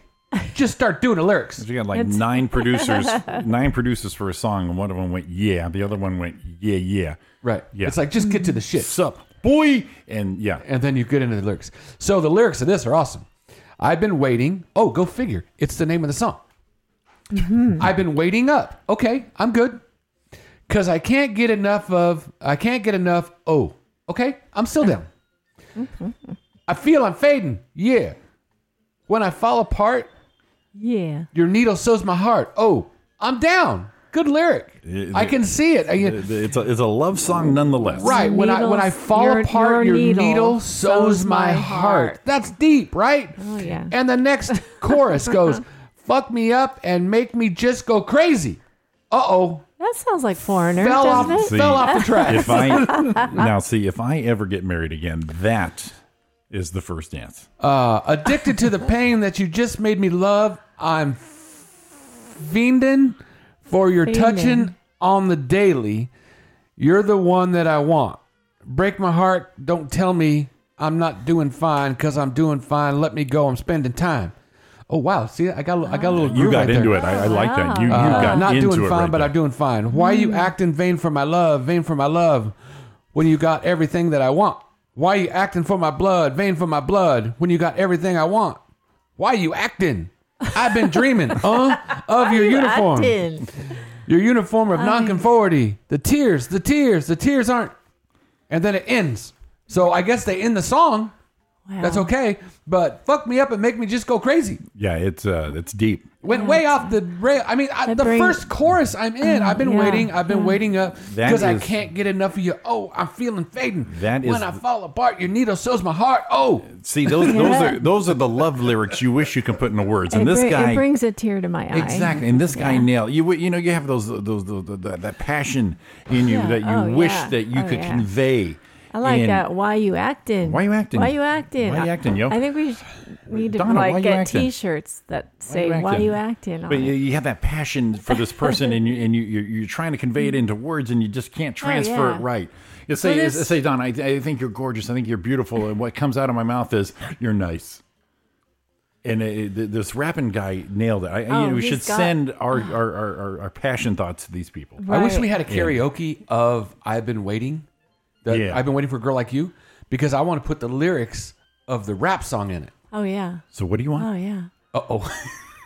just start doing
[laughs]
the lyrics.
You got like nine producers, nine producers for a song, and one of them went yeah, the other one went yeah yeah.
Right.
Yeah.
It's like, just get to the shit.
Sup boy, and yeah,
and then you get into the lyrics. So the lyrics of this are awesome. I've been waiting. Oh, go figure. It's the name of the song. I've been waiting up. Okay, I'm good. Cause I can't get enough of. I can't get enough. Oh, okay, I'm still down. I feel I'm fading. Yeah. When I fall apart,
Yeah.
your needle sews my heart. Oh, I'm down. Good lyric.
It-
I can see it. I-
it's a, it's a love song nonetheless.
Right. when I when I
Needles-
fall
your-
apart, your,
your
needle,
needle
sews
sews
my
my
heart.
heart.
That's deep, right?
Oh, yeah.
And the
[laughs]
next chorus goes, "Fuck me up and make me just go crazy." Uh oh,
That sounds like Foreigner,
fell off,
doesn't it?
See,
fell
[laughs]
off the track.
If
[laughs]
I now see if I ever get married again, that is the first dance.
Uh, addicted to the pain that you just made me love. I'm fiending for your
Fiending.
touching on the daily. You're the one that I want. Break my heart. Don't tell me I'm not doing fine because I'm doing fine. Let me go. I'm spending time. Oh wow! See, I got a little- I got a little.
You
groove
got
right
into
there.
it. I, I like that. You, you
Uh,
got
not
into
doing
it
fine,
right
but
there.
I'm doing fine. Why
Hmm.
you acting vain for my love, vain for my love, when you got everything that I want? Why you acting for my blood, vain for my blood, when you got everything I want? Why you acting? I've been dreaming, [laughs] huh, of your uniform,
Acting.
your uniform of nonconformity. The tears, the tears, the tears aren't. And then it ends. So I guess they end the song. That's
Wow.
okay, but fuck me up and make me just go crazy
Yeah, it's uh, it's deep.
went way off the rail. I mean, I,
That
the
brings-
first chorus I'm in, I've been
Oh, yeah,
waiting, I've been waiting up
That
because I
is-
can't get enough of you. Oh, I'm feeling fading.
That
when
is-
I fall apart, your needle sews my heart. Oh,
See, those those are those are the love lyrics you wish you could put into words. And
it,
this
bri-
guy
it brings a tear to my eye.
Exactly, and this guy nailed you. You know, you have those those, those, that, that passion in you
Yeah.
that you
Oh,
wish
yeah.
that you
Oh,
could
yeah.
convey.
I like
in-
that. Why you acting?
Why you acting?
Why you acting?
Why you acting, yo?
I think we should, need to
Donna, why you
like get
acting?
T-shirts that say
you
"Why
acting?
you acting?" on
But
it.
you, you have that passion for this person, and you and you you're, you're trying to convey it into words, and you just can't transfer
Mm-hmm. Oh, yeah.
it right. You say,
Well, there's-
say, Don, I, I think you're gorgeous. I think you're beautiful, and what comes out of my mouth is you're nice. And it, it- this rapping guy nailed it. I,
Oh,
you know, we
he's
should
got-
send
[sighs]
our our, our, our our passion thoughts to these people.
I wish we
Right.
had a karaoke of "I've been waiting." The,
Yeah.
I've been waiting for a girl like you because I want to put the lyrics of the rap song in it.
Oh yeah.
So what do you want?
Oh yeah.
Uh oh,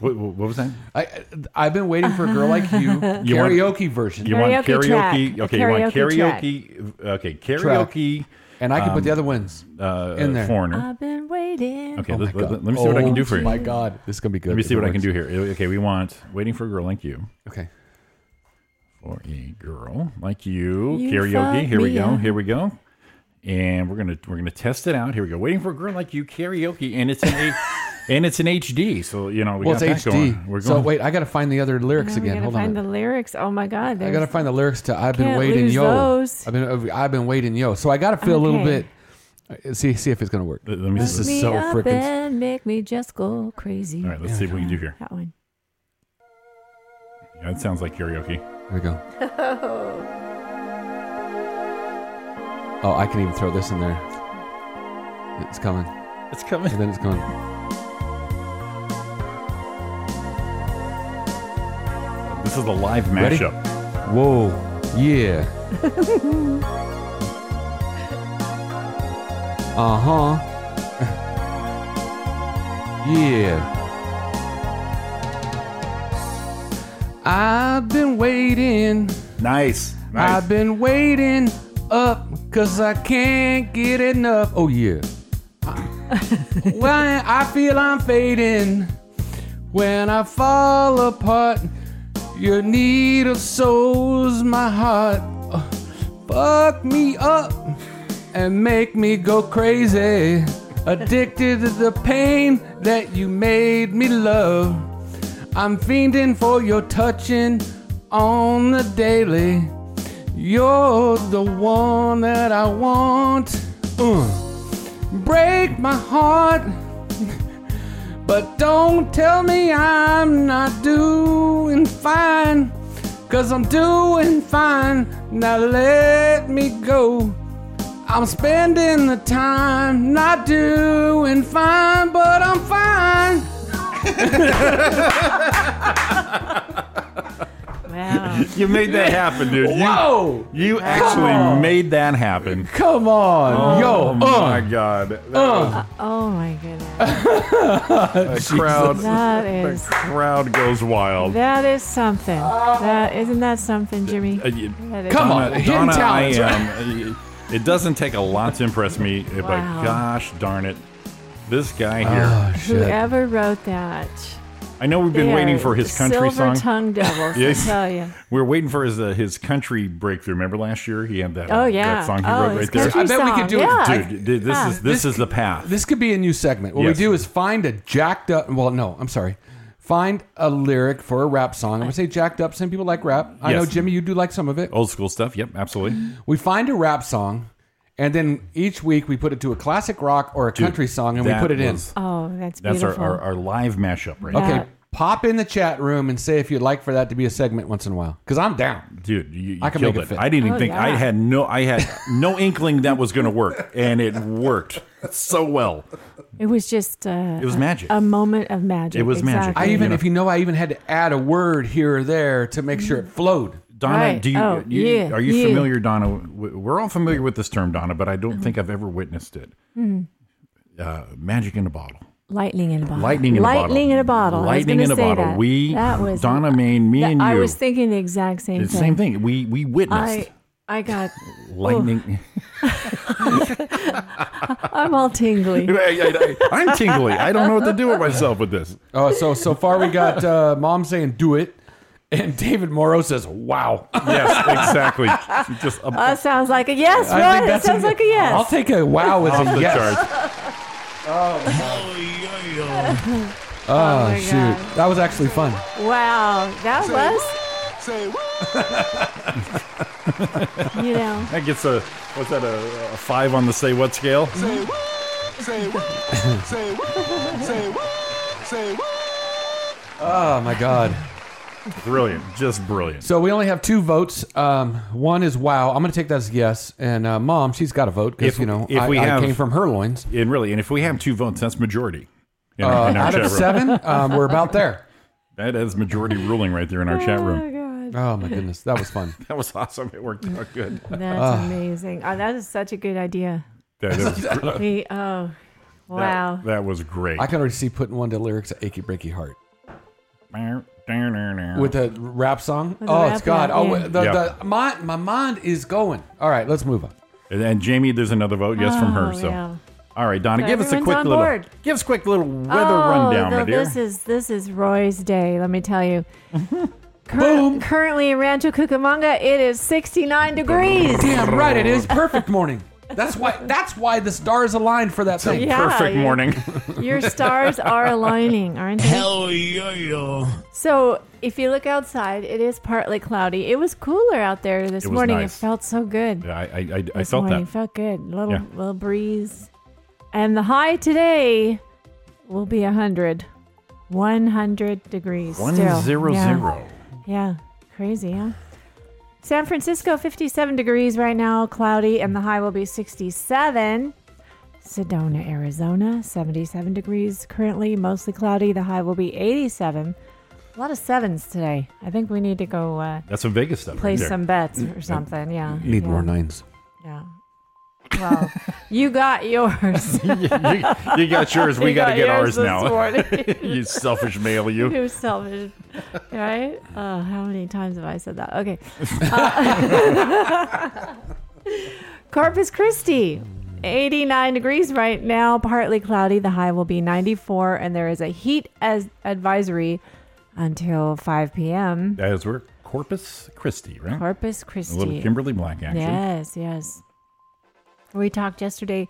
What, what what was that?
[laughs] I I've been waiting for a girl like you,
[laughs] You want-
karaoke version.
You want karaoke? Okay, you want karaoke? Okay,
Track.
karaoke.
And I can put the other
ones
uh, in there.
Foreigner.
I've been waiting.
Okay,
Oh
let,
my
let-
God.
let me see what I can do for
Oh
you.
my God, this is gonna be good
Let me
if
see
it
what I can do
works.
here. Okay, we want waiting for a girl like you.
Okay.
For a girl like you,
You
karaoke.
fuck
Here we
me
go.
up.
Here we go. And we're gonna we're gonna test it out. Here we go. Waiting for a girl like you karaoke, and it's an H, and it's an HD. So you know we
well, it's
got that
HD.
going. We're
So
going.
wait, I got to find the other lyrics
Now we
again.
gotta
Hold on. a
find
minute.
the lyrics. Oh my God.
I got to find the lyrics to "I've been
Can't
waiting,
lose
yo."
those.
I've been I've been waiting, yo. So I got to feel a little
Okay.
bit. uh, See see if it's gonna work.
Let me
this
see
is
me
so
up
freaking.
and make me just go crazy.
All right, let's see what we can do here.
That one.
Yeah, that sounds like karaoke.
Here we go. Oh, I can even throw this in there. It's coming.
It's coming.
And then it's going.
This is a live
Ready?
mashup.
Whoa. Yeah. Uh huh. yeah. I've been waiting.
Nice.
I've been waiting up because I can't get enough.
[laughs]
Oh, yeah. when I feel I'm fading, when I fall apart, your needle sows my heart. Uh, fuck me up and make me go crazy. Addicted to the pain that you made me love. I'm fiending for your touching on the daily. You're the one that I want. Uh, break my heart. But don't tell me I'm not doing fine. Cause I'm doing fine. Now let me go. I'm spending the time not doing fine, but I'm fine.
Wow.
[laughs] you made that happen, dude. You,
Whoa!
You actually
on.
made that happen.
Come
Oh
on, yo,
my
uh,
god. That
uh.
Oh my goodness.
was- the crowd
That
the
is-
crowd goes wild.
Uh, That is something. That isn't that something, Jimmy?
Uh, you-
That is-
Come on,
Donna,
hidden
Donna,
talent.
I am. uh, It doesn't take a lot to impress
[laughs]
me,
Wow.
but gosh darn it, this guy
Oh,
here.
Whoever wrote that,
I know we've been
they
waiting
are
for his country
silver
song. [laughs]
tongue devils,
Yes.
I tell you.
We We're waiting for his uh, his country breakthrough. Remember last year he had that.
Oh,
uh,
yeah.
that song he wrote
Oh, his
right there.
country I bet we could song, do it. yeah.
Dude, dude, this
Yeah.
is this is the path.
This could be a new segment. What
Yes.
we do is find a jacked up. Well, no, I'm sorry. Find a lyric for a rap song. I'm gonna say jacked up. Some people like rap. I
Yes.
know Jimmy, you do like some of it.
Old school stuff. Yep, absolutely.
We find a rap song, and then each week we put it to a classic rock or a
Dude,
country song, and we
that
put it in.
was-
Oh, that's,
That's our,
beautiful.
our, our live mashup right
Okay,
now.
pop in the chat room and say if you'd like for that to be a segment once in a while. Because I'm down.
Dude, you, you
I can
killed
make it
it.
fit.
I didn't even
Oh,
think I
yeah.
had no I had no inkling that was gonna work. And it worked so well.
it was just uh,
It was magic.
A moment of magic.
It was magic.
exactly.
I even,
know.
if you know, I even had to add a word here or there to make sure it flowed.
Donna,
Right.
do you,
Oh,
you-
yeah,
are you
yeah.
familiar, Donna? w- We're all familiar with this term, Donna, but I don't think I've ever witnessed it.
Hmm.
Uh, magic in a bottle.
Lightning in a bottle.
Lightning in a bottle.
Lightning in a bottle. I was
Lightning
gonna
in a
say
bottle.
That.
We-
that was
Donna Main, me
that-
and
I
you.
was thinking the exact same
It's the
thing.
same thing. We we witnessed
I I got.
lightning.
I'm all
[laughs]
tingly.
I, am tingly. I don't know what to do with myself with this.
Oh, so so far we got uh, mom saying "do it," and David Morrow says
[laughs]
"wow."
Yes, exactly. Just a,
That sounds like a
I
yes,
think
right? That
that's
sounds like a yes.
I'll take a wow as
off
a
the
yes.
charts.
Oh,
my
shoot,
God.
that was actually fun.
Wow, that was,
Say what?
[laughs] you know,
That gets a what's that a, a five on the say what scale?
Say what? Say what? Say what? Say what? Say what?
Oh my God.
Brilliant, just brilliant.
So we only have two votes. Um, one is wow. I'm going to take that as yes. And uh, mom, she's got a vote because
If-
you know
if
I,
we
I
have-
came from her loins.
And really, and if we have two votes, that's majority. In
Uh,
our, in our
out
chat
of
room.
seven, um, we're about there.
That is majority ruling right there in our chat room.
oh God,
Oh my goodness, that was fun.
That was awesome. It worked out good.
that's amazing. Oh, that is such a good idea.
[laughs] That, was, gr- that-
We, oh, wow.
that, was great.
I can already see putting one to lyrics of "Achy Breaky Heart."
Oh.
with a rap song.
With a
oh,
rap,
it's God.
yeah,
oh,
yeah.
the,
Yeah.
the, my my mind is going. All right, let's move on.
And, and Jamie, there's another vote yes from her.
Oh,
So,
yeah.
all right, Donna,
So
give us a
everyone's
quick
on
little
board.
give us a quick little weather
oh,
rundown, my
though
dear. [laughs]
This is this is Roy's day. Let me tell you. Cur- Boom! Currently in Rancho Cucamonga, it is 69 degrees.
Damn right, it is perfect morning. That's why. That's why the stars aligned for that thing.
Yeah, Perfect yeah. [laughs] morning. Your stars are aligning, aren't they?
yeah, yeah.
So if you look outside, it is partly cloudy. It was cooler out there this
It was
morning.
nice.
It felt so good.
Yeah, I, I, I, I
this
felt
morning.
that.
Felt good. Little
Yeah.
little breeze. And the high today will be 100. 100 degrees.
One
still.
zero
yeah.
zero.
Yeah. Crazy, huh? San Francisco 57 degrees right now, cloudy and the high will be 67. Sedona, Arizona, 77 degrees currently, mostly cloudy. The high will be 87. A lot of sevens today. I think we need to go uh,
That's some Vegas stuff.
play
right there. [laughs]
some bets or something. Yeah.
Need
yeah.
more nines.
Yeah. Well, you got [laughs] yours. you,
You
[laughs]
got yours. We got to get ours
yours this
now.
morning.
[laughs]
[laughs]
you selfish male, you.
You're selfish, right? Oh, how many times have I said that? Okay. Uh, [laughs] Corpus Christi, 89 degrees right now, partly cloudy. The high will be 94, and there is a heat as advisory until 5 p.m.
That is where Corpus Christi, right?
Corpus Christi.
A little Kimberly Black action.
Yes, yes. We talked yesterday.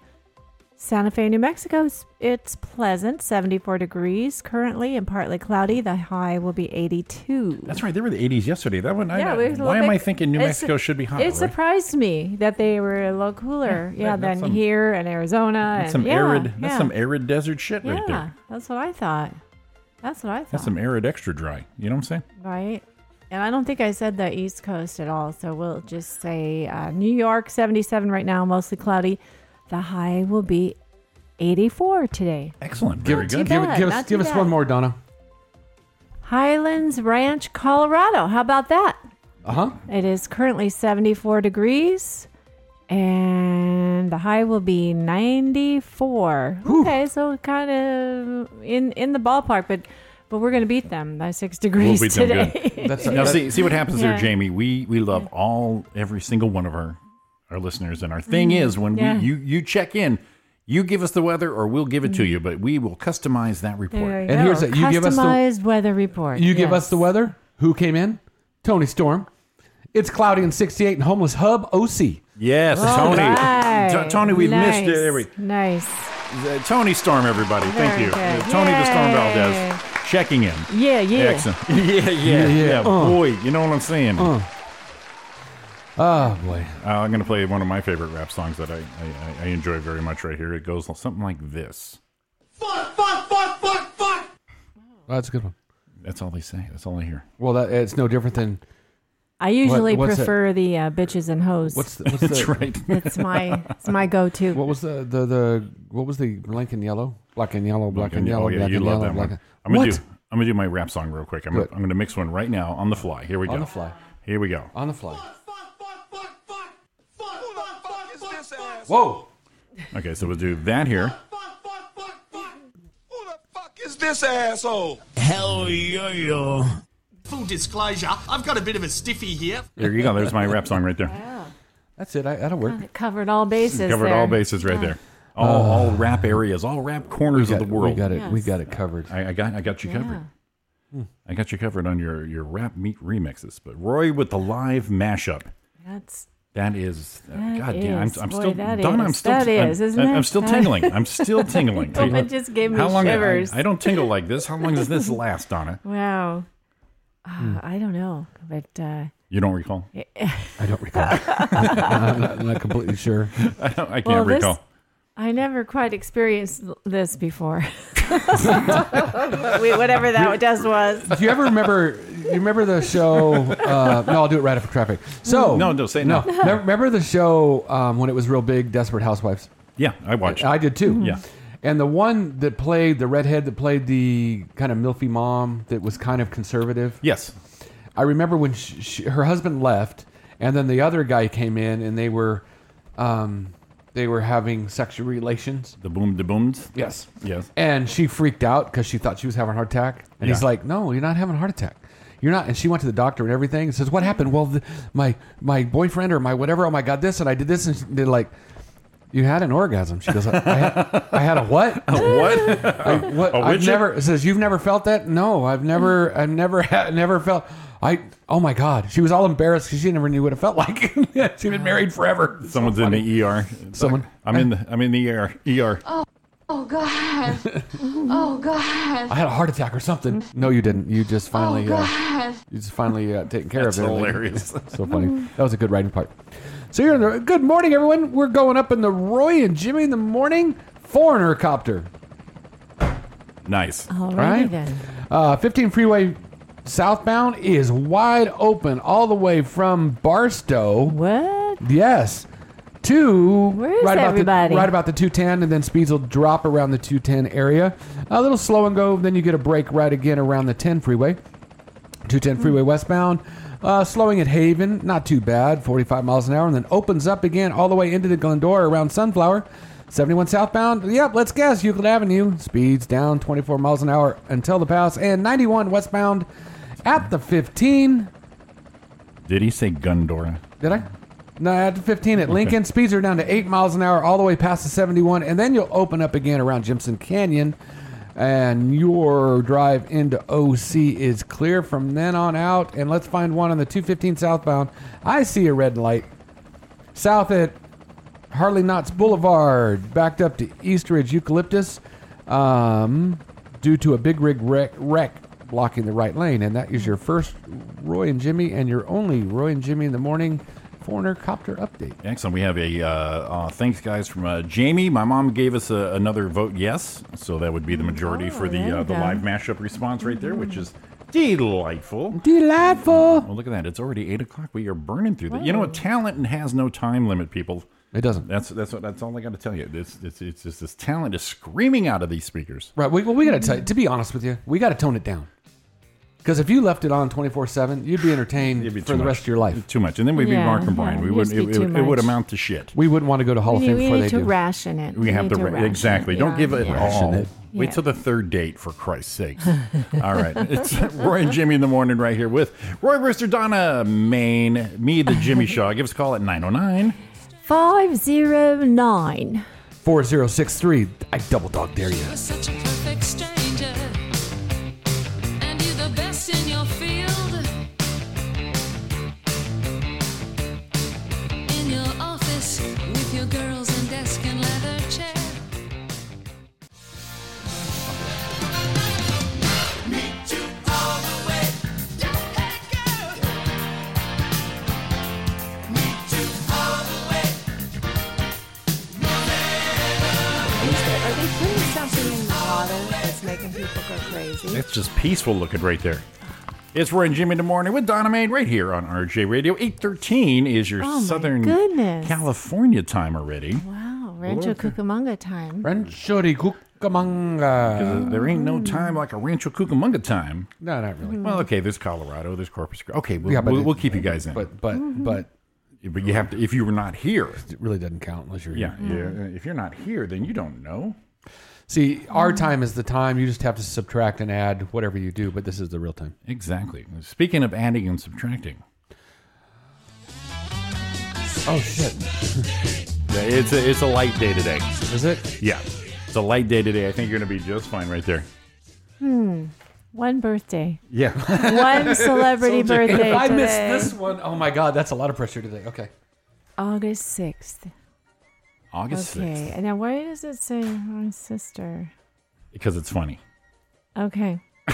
Santa Fe, New Mexico. It's- It's pleasant, 74 degrees currently, and partly cloudy. The high will be 82.
That's right. They were the 80s yesterday. That one. I,
Yeah, we was a
why
little
am I
bit-
thinking New
it's-
Mexico should be hot?
It
right?
surprised me that they were a little cooler,
Yeah,
yeah,
that-
than
that's some-
here in Arizona.
That's
and,
some
Uh, yeah,
arid. That's
yeah.
some arid desert shit
Yeah,
right there.
that's what I thought. That's what I thought.
That's some arid extra dry. You know what I'm saying?
Right. And I don't think I said the East Coast at all. So we'll just say uh, New York, 77 right now, mostly cloudy. The high will be 84 today.
Excellent.
Give,
Very
give,
good.
give,
Not
give
too
us give us
bad.
one more,
[laughs]
Donna.
Highlands Ranch, Colorado. How about that?
Uh
Uh-huh.
huh.
It is currently 74 degrees and the high will be 94. Okay, so kind of in in the ballpark, but but we're going to beat them by 6 degrees
beat them good.
today.
now see see what happens
Yeah.
there, Jamie. We we love all every single one of our our listeners, and our thing
Mhm.
is when
Yeah.
we you you check in, you give us the weather, or we'll give it to you, but we will customize that report.
[laughs] There you
And
go.
here's it. You give us the-
customized weather report.
You give
Yes.
us the weather. Who came in? Tony Storm. It's cloudy and 68 and homeless hub OC.
Yes,
All
Tony.
right.
T- Tony, we've missed it.
Nice.
There we-
Nice.
Uh, Tony Storm, everybody. Thank
Very
you.
good.
Uh, Tony the Storm
Yay.
Valdez checking in.
Yeah, yeah.
Excellent. yeah, yeah, yeah.
yeah. Uh.
Boy, you know what I'm saying.
Oh boy.
Uh, I'm going to play one of my favorite rap songs that I, I, I- I enjoy very much right here. It goes something like this.
That's a good one.
That's all they say. That's all I hear. [laughs]
Well, that, it's no different than
I usually
What- what's
prefer the uh, bitches and hoes.
what's
[laughs]
the, what's the,
It's my it's my go-to.
What was the, the the what was the blank and yellow, black and yellow, black and yellow,
Oh, yeah,
black
you
and
love
yellow,
that
black.
one.
And,
I'm gonna
What?
do. I'm gonna do my rap song real quick. I'm
Do
gonna,
it.
I'm gonna mix one right now on the fly. Here we go.
On the fly.
Here we go.
On the fly.
Oh!
Oh!
Whoa.
Okay, so we'll do that here.
Is this asshole? Hell yeah, yeah. Full disclosure, I've got a bit of a stiffy here.
There you go. There's my rap song right there.
That's it. I, that'll work.
Covered all bases.
Covered
there.
all bases right
Yeah.
there. All, all rap areas, all rap corners
Uh. We
of
got-
the world.
we got it- we Yes. got it covered.
I, I got I got you covered.
Hmm.
I got you covered on your your rap meat remixes. But Roy with the live mashup.
That's
That is, uh,
That
God damn, I'm,
is.
I'm
Boy,
still,
that
Donna,
is.
I'm still,
That
I'm,
is, isn't
I'm,
it?
I'm still
That-
tingling. I'm
[laughs]
still tingling.
Well, it just gave me
How long, I-
shivers.
I, don't tingle like this. How long does this last, Donna?
Wow. Uh,
Hmm.
I don't know, but uh,
You don't recall?
I don't recall. [laughs] I'm, not, I'm not completely sure.
[laughs] I, don't, I can't
Well, this-
recall.
I never quite experienced this before. [laughs] We- Whatever that just was.
Do you ever remember? You remember the show? Uh, no, I'll do it right after traffic. So
No, no, say no.
Remember, remember the show um, when it was real big, Desperate Housewives.
Yeah, I watched.
I did too.
Yeah.
And the one that played the redhead that played the kind of milfy mom that was kind of conservative.
Yes.
I remember when she, she, her husband left, and then the other guy came in, and they were, um, They were having sexual relations.
The boom, the booms.
Yes.
Yes.
And she freaked out because she thought she was having a heart attack. And he's
Yeah.
like, "No, you're not having a heart attack. You're not." And she went to the doctor and everything. And says, "What happened? Well, the, my my boyfriend or my whatever. Oh my god, this and I did this and they're like." You had an orgasm. She goes, I had, I had a what? [laughs] A
[laughs] what?
I, what?
A
I've
widget? Mm.
never it says you've never felt that. No, I've never, I've never, [laughs] had, never felt. I. Oh my God, she was all embarrassed because she never knew what it felt [laughs] like. She'd been married forever.
Someone's in the ER.
Someone-
I'm in the. I'm in the ER. ER.
Oh, oh God. oh God.
I had a heart attack or something.
Mm.
No, you didn't. You just finally, uh,
God.
you just finally uh, taken care
Oh, That's
of it. [laughs]
hilarious. Mm.
so funny. That was a good writing part. So you're in the. Good morning, everyone. We're going up in the Roy and Jimmy in the morning foreigner copter.
Nice.
All right. Uh, 15 freeway southbound is wide open all the way from Barstow.
What?
Yes. To
is
right about
everybody?
the, right about the 210, and then speeds will drop around the 210 area. A little slow and go. Then you get a break right again around the 10 freeway. 210 freeway westbound. Uh, slowing at Haven, not too bad, 45 miles an hour, and then opens up again all the way into the Glendora around Sunflower. 71 southbound, yep, let's guess, Euclid Avenue. Speeds down 24 miles an hour until the pass, and 91 westbound at the 15.
Did he say Gundora?
Did I? No, at the 15 at Lincoln. Speeds are down to 8 miles an hour all the way past the 71, and then you'll open up again around Jimson Canyon. And your drive into OC is clear from then on out. And let's find one on the 215 southbound. I see a red light. South at Harley Knott's Boulevard, backed up to East Ridge Eucalyptus um, due to a big rig wreck, wreck blocking the right lane. And that is your first Roy and Jimmy and your only Roy and Jimmy in the morning foreigner copter update.
Excellent. We have a uh, uh, thanks, guys, from uh, Jamie. My mom gave us a, another vote yes, so that would be the
Oh,
majority for
there
the uh,
you
the
go.
live mashup response right there, which is delightful.
Delightful.
Well, look at that. It's already eight o'clock. We are burning through that. You know what? Talent has no time limit, people.
It doesn't.
That's that's what that's all I got to tell you. It's, it's it's just this talent is screaming out of these speakers.
Right. We, well, we got to tell you, to be honest with you, we got to tone it down. Because if you left it on 24 7, you'd be entertained for
too
the
much.
rest of your life.
Too much. And then we'd be
Yeah,
Mark and
yeah.
Brian. We
You'd
wouldn't.
speak
It,
too
it, it
much.
would amount to shit.
We wouldn't want to go to Hall
We
of Fame
need, we
before
need
they
to
do.
ration it.
We have to,
need
ra-
ration
exactly. Don't give it
Yeah.
all.
Ration it.
Wait till the third date, for Christ's sake.
[laughs]
all right, it's Roy and Jimmy in the morning, right here with Roy Brewster, Donna Maine, me, the Jimmy Shaw. Give us a call at 909
509.
4063. I double dog dare you.
You're such a perfect stranger, and you're the best in your field. In your office, with your girls and desk and leather chair. Meet you all the way.
Are they putting something in the water that's making people go crazy?
That's just peaceful looking right there. It's Roy and Jimmy in the morning with Donna Main right here on RJ Radio. 813 is your
Oh, my
Southern
goodness.
California time already.
Wow, Rancho Cucamonga time.
Rancho de Cucamonga.
Uh, There ain't no time like a Rancho Cucamonga time.
No, not
Mm-hmm.
really.
Mm.
Well, okay, there's Colorado, there's Corpus Christi. Okay, we'll,
Yeah, but
we'll,
it-
we'll keep you guys in. But
but
Mm-hmm.
but
but you have to if you were not here. It
really doesn't count unless you're
yeah,
here.
yeah. If you're not here, then you don't know.
See, our time is the time. You just have to subtract and add whatever you do, but this is the real time.
Exactly. Speaking of adding and subtracting,
Oh, shit.
yeah, it's a, it's a light day today.
Is it?
Yeah, it's a light day today. I think you're gonna be just fine right there.
Hmm. One birthday.
Yeah.
One [laughs] celebrity
Soldier.
birthday.
If I missed
today.
this one, oh my God, that's a lot of pressure today. Okay.
August 6th.
August
okay.
6th.
And now why does it say my sister?
because it's funny.
Okay. [laughs]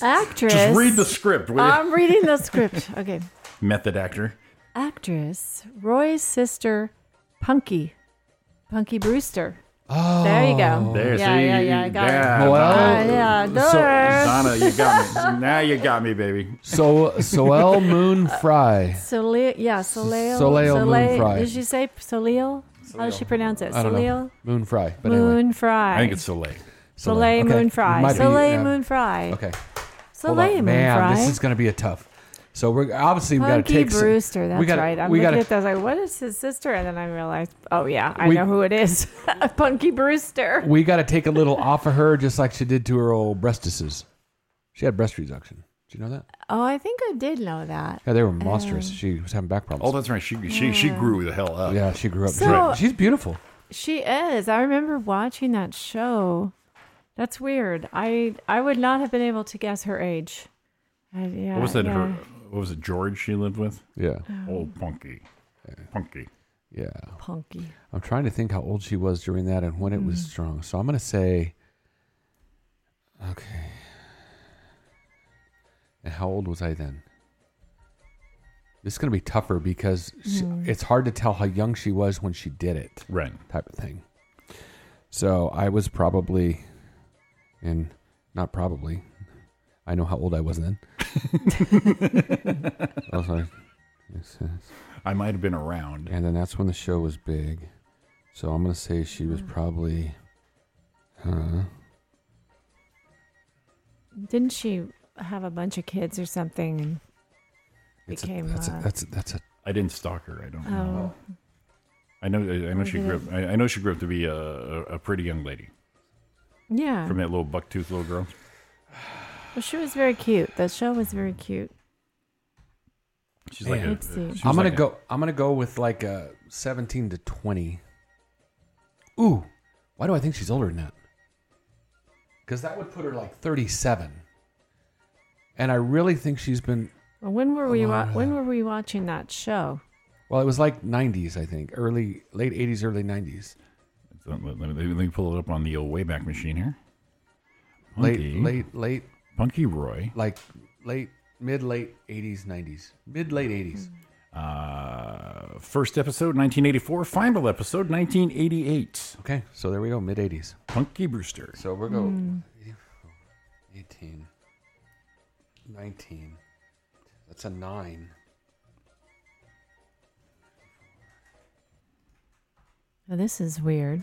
Actress.
Just read the script. will you?
I'm reading the script. Okay.
Ah. Method actor.
Actress Roy's sister, Punky. Punky Brewster. Oh. There you go.
There,
yeah,
see,
yeah, yeah. I got
yeah,
it.
Well,
yeah, yeah.
So,
duh.
Donna, you [laughs] got me. now you got me, baby.
So Soel Moon Fry.
Soleil, yeah, Soleil.
Soleil Moon Frye.
Did she say Soleil? How does she pronounce it?
I don't
Soleil?
know. Moon Fry. But
Moon
anyway.
Fry.
I think it's Soleil.
Soleil
Okay.
Moon Fry.
Might be,
Soleil
yeah.
Moon Fry.
Okay. Hold on.
Soleil Moon
Man,
Fry.
this is going to be a tough. So we're obviously we got to
Punky
take some-
Brewster. that's
we gotta,
right. I'm
we
looking
gotta,
at those like, what is his sister? And then I realized, oh yeah, I
We-
know who it is. [laughs] Punky Brewster.
we got to take a little off of her, just like she did to her old breastises. She had breast reduction. Did you know that?
Oh, I think I did know that.
Yeah, they were monstrous.
Um,
she was having back problems.
Oh, that's right. She she she
Yeah.
grew the hell up.
Yeah, she grew up.
So- Right.
She's beautiful.
She is. I remember watching that show. That's weird. I I would not have been able to guess her age. I, yeah,
what was that?
Yeah.
Her, what was it? George she lived with?
Yeah.
Old Punky. Punky.
Yeah.
Oh.
Punky.
I'm trying to think how old she was during that and when it was
Mhm.
strong. So I'm going to say, okay. And how old was I then? This is going to be tougher because she-
Mhm.
it's hard to tell how young she was when she did it.
Right.
Type of thing. So I was probably, and not probably, I know how old I was
[laughs]
then. [laughs] I was like, this is-
I might have been around.
and then that's when the show was big. So I'm gonna say she was probably, uh, huh?
Didn't she have a bunch of kids or something and
It's a-
became?
that's a-
uh,
that's a- that's a.
I didn't stalk her. I don't know.
Oh.
I know. I I know
Or
she
did
grew
it-
up. I, I know she grew up to be a, a, a pretty young lady
yeah.
from that little bucktooth little girl.
Well, she was very cute. That show was very cute.
She's like a,
Let's see.
she was
I'm gonna
like a-
go. i I'm gonna go with like a 17 to 20. Ooh, why do I think she's older than that? Because that would put her like 37. And I really think she's been.
Well, when were
Oh,
we wa-
Alana.
when were we watching that show?
Well, it was like 90s, I think, early late 80s, early 90s,
Let me, let me- let me pull it up on the old Wayback Machine here. Punky.
late late late
Punky Roy.
like late mid late 80s, 90s, mid late 80s.
Uh, first episode 1984. Final episode 1988.
Okay, so there we go, mid 80s.
Punky Brewster.
So we're going 18, 19. That's a nine.
Oh, this is weird.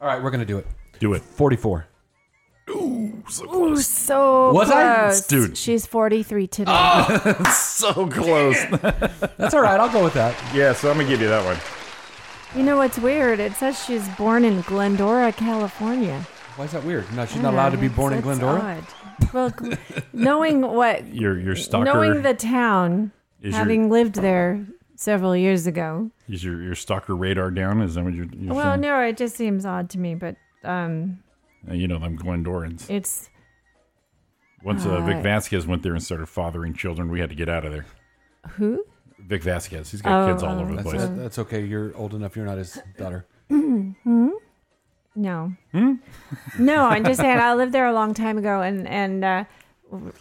All right, we're gonna do it.
Do it.
44.
[laughs] Ooh, so
Was I?
close.
Dude.
She's forty three today.
Oh, so close.
That's all right. I'll go with that.
[laughs] Yeah, so I'm gonna give you that one.
You know what's weird? It says she's born in Glendora, California.
Why is that weird? No, she's not
I don't
allowed
know,
to be
that's-
born in
that's
Glendora.
odd. Well, gl-
[laughs]
knowing what
Your your stalker.
knowing the town,
Is your-
having lived there several years ago.
Is your, your stalker radar down? Is that what you're, you're
Well,
saying?
no, it just seems odd to me, but um,
Uh, You know them Glendorans.
it's
Once uh, Vic
Uh,
Vasquez went there and started fathering children, we had to get out of there.
who?
Vic Vasquez, he's got
Oh,
kids all
oh,
over the
That's,
place.
that- that's okay. You're old enough. You're not his daughter.
hmm No.
Hmm?
no, I'm just saying I lived there a long time ago, and and uh,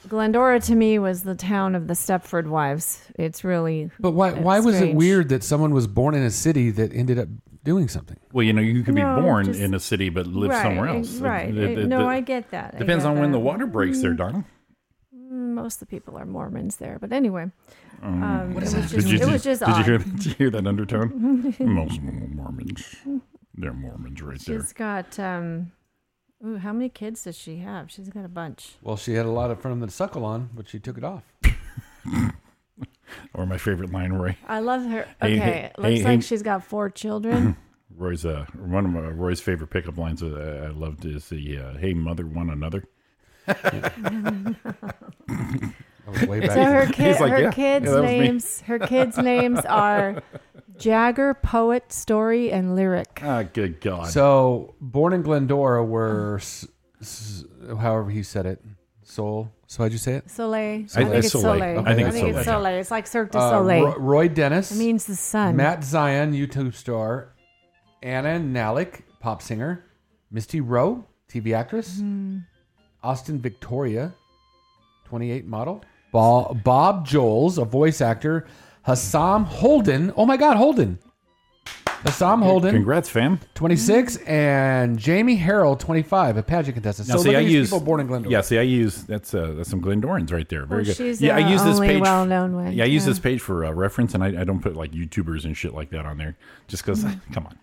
Glendora to me was the town of the Stepford wives. It's really
But why?
it's
Why was it
strange.
weird that someone was born in a city that ended up doing something?
Well, you know, you could
No,
be born
just-
in a city but live
Right,
somewhere
eh,
else.
right. Eh, no, I get that. I
Depends
get
on when the
that. Mm-hmm. Mm,
water breaks there, Donald.
Most of the people are Mormons there, but anyway,
Um,
um,
what
it,
is
was
that?
just,
did you,
it was just
did you
odd.
hear, did you hear that
[laughs]
undertone? Most of them are Mormons. They're Mormons right there.
She's got um, ooh, how many kids does she have? She's got a bunch.
Well, she had a lot of from the suckle on, but she took it off.
Or my favorite line, Roy.
I love her.
Hey,
Okay,
hey,
looks
hey,
like
hey.
she's got four children.
Roy's uh, one of my, Roy's favorite pickup lines. Uh, I love to see, uh, "Hey, mother, one another."
way
So her,
He's
ki-
like,
her
yeah,
kids'
yeah, that was me.
names her kids' names are Jagger, Poet, Story, and Lyric.
Ah, good God.
So, born in Glendora, were s- s- however he said it, Soul. So how'd you say it?
Soleil.
Soleil.
I think it's Soleil.
Okay,
I think
that's
it's
it.
Soleil. It's like Cirque du
Uh,
Soleil.
Ro- Roy Dennis.
It means the sun.
Matt Zion, YouTube star. Anna Nalick, pop singer. Misty Rowe, TV actress. Austin Victoria, 28 model. Bo- Bob Joels, a voice actor. Hassam Holden. Oh my God, Holden. Hassam Holden.
Congrats, fam.
26 and Jamie Harrell, 25, a pageant contestant.
Now,
so
see,
look
I
at these
use
people born in Glendora.
Yeah, see, I use that's uh, that's some Glendorans right there. Very
Well,
good.
she's
yeah, I
the
use this
only
page.
well-known one,
Yeah, I use
yeah.
this page for uh, reference, and I, I don't put like YouTubers and shit like that on there, just because.
Mm.
[laughs] Come on,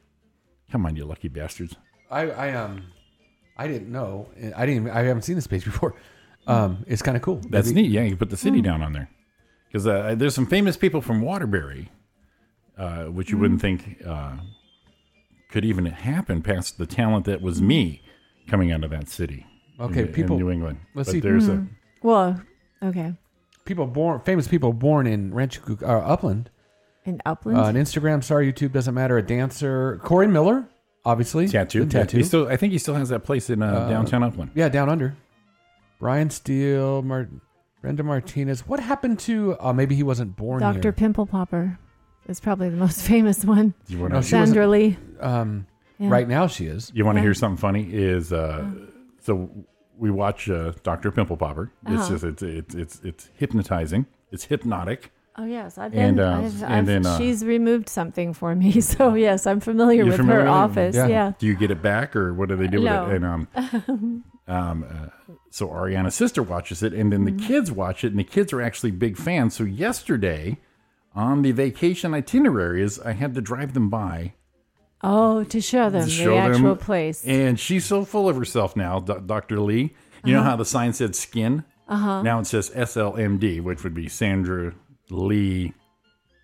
come on, you lucky bastards.
I, I um, I didn't know. [laughs] I didn't. Even, I haven't seen this page before. Um, it's kind of cool.
That's
Maybe-
neat. Yeah, you put the city down on there. because uh, there's some famous people from Waterbury, uh, which you
Mm.
wouldn't think uh, could even happen past the talent that was me coming out of that city.
Okay,
in, in
people-
New England.
let's
But
see. Mm.
There's
Hmm. Well, okay.
People born, famous people born in Rancho Cuc- uh, Upland.
In Upland?
Uh, an Instagram star, YouTube doesn't matter. A dancer, Corey Miller, obviously.
Tattoo,
The
yeah.
tattoo.
He still- I think he still has that place in uh, downtown Upland.
Yeah, down under. Brian Steele, Mar- Brenda Martinez. What happened to? Oh, maybe he wasn't born
Dr.
here.
Pimple Popper is probably the most [laughs] famous one.
You wanna- No, she wasn't-
Sandra Lee.
a um,
Yeah.
right now she is.
You want to
Yeah.
hear something funny? Is uh, so we watch uh, Doctor Pimple Popper. It's
Uh-huh.
just it's, it's it's it's hypnotizing. It's hypnotic.
Oh, yes. I've been,
And, uh,
I've,
and
I've,
then, uh,
she's removed something for me. [laughs] So, yes, I'm familiar
You're
with
familiar
her
with it?
office. Yeah.
Do you get it back or what do they do
No.
with it? And um,
[laughs]
um, uh, so Ariana's sister watches it, and then the
Mm-hmm.
kids watch it, and the kids are actually big fans. So yesterday, on the vacation itineraries, I had to drive them by
oh, to show them
to
the
show them-
actual place.
and she's so full of herself now, Do- Dr. Lee. You know
Uh-huh.
how the sign said skin?
Uh-huh.
Now it says SLMD, which would be Sandra Lee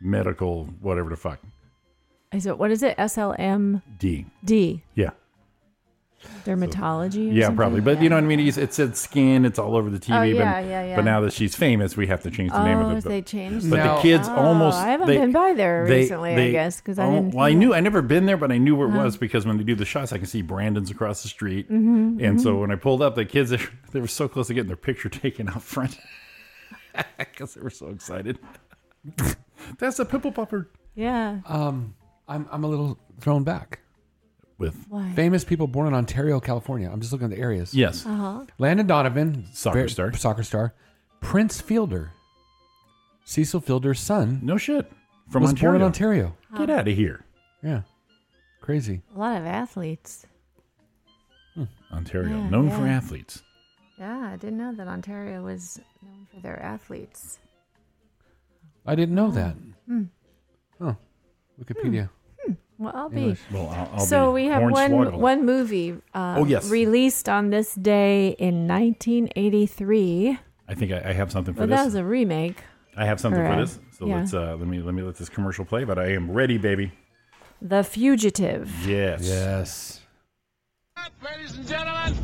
Medical, whatever the fuck.
Is it, what is it? SLMD.
D. Yeah.
Dermatology? or
Yeah,
something?
probably. But you know what I mean? It's, it said skin. It's all over the TV.
Oh, yeah,
but,
yeah, yeah.
But now that she's famous, we have to change the name
Oh,
of it. But,
they changed
But
it.
the kids
Oh,
almost.
I haven't
they-
been by there
they-
recently, I
they-
guess, 'cause I
oh,
didn't-
Well, I knew. I never been there, but I knew where it
Huh.
was because when they do the shots, I can see Brandon's across the street.
Mhm,
and so
mhm.
when I pulled up, the kids, [laughs] they, they were so close to getting their picture [laughs] taken out front because they were so excited. [laughs] That's a pimple popper.
Yeah.
Um, I'm I'm a little thrown back
with
Why?
famous people born in Ontario, California. I'm just looking at the areas.
Yes.
Uh-huh.
Landon Donovan,
Soccer
ver-
star.
soccer star, Prince Fielder, Cecil Fielder's son.
No shit, From
was
Ontario.
born in Ontario.
Get out of here.
Yeah, crazy.
A lot of athletes.
Ontario,
Yeah,
known for
yeah.
athletes.
Yeah, I didn't know that Ontario was known for their athletes.
I didn't know that.
Hmm. Hmm.
Oh, Wikipedia.
Well, I'll be.
English. Well, I'll- I'll
so
be
we have
hornswoggled.
one one movie. Uh,
Oh, yes.
released on this day in 1983.
I think I, I have something for
Well,
this.
that was a remake.
I have something
Or,
for
uh,
this. So
yeah.
let's uh, let me let me let this commercial play. But I am ready, baby.
The Fugitive.
Yes.
Yes.
Ladies and gentlemen,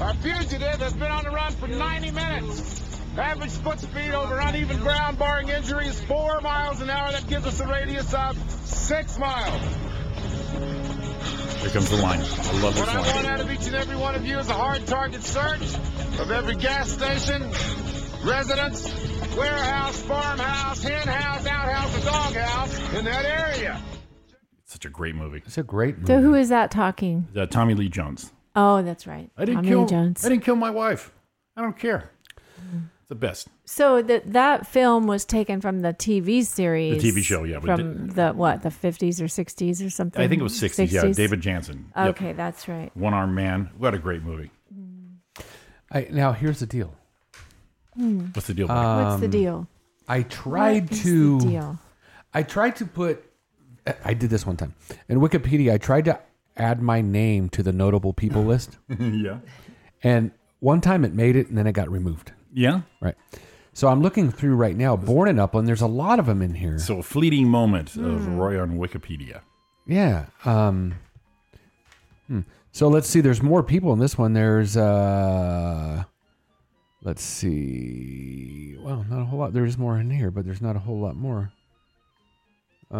a fugitive has been on the run for 90 minutes. Average foot speed over uneven ground, barring injuries, four miles an hour. That gives us a radius of six miles.
Here comes the line. I love this
What I want
line.
out of each and every one of you is a hard target search of every gas station, residence, warehouse, farmhouse, hen house, outhouse, and doghouse in that area.
Such a great movie.
It's a great movie.
So who is that talking?
Uh, Tommy Lee Jones.
Oh, that's right.
I didn't
Tommy Lee
kill.
Jones. Mm.
I didn't kill my wife. I don't care. It's the best.
So that that film was taken from the TV series,
The TV show, yeah, we
from the what the fifties or sixties or something.
I think it was 60s, yeah.
60s?
David Jansen. Yep.
Okay, that's right.
One Arm Man. What a great movie.
I, now here's the deal.
Hmm.
What's the deal? buddy?
What's the
Um,
deal?
I tried
What is
to.
the deal?
I tried to put. I did this one time in Wikipedia. I tried to add my name to the
[laughs]
notable people list.
yeah.
And one time it made it, and then it got removed.
Yeah.
Right. So I'm looking through right now. Born in Upland. There's a lot of them in here.
So a fleeting moment of
Hmm.
Roy on Wikipedia.
Yeah. Um, hmm. So let's see. There's more people in this one. There's uh, let's see. Well, not a whole lot. There's more in here, but there's not a whole lot more. Um,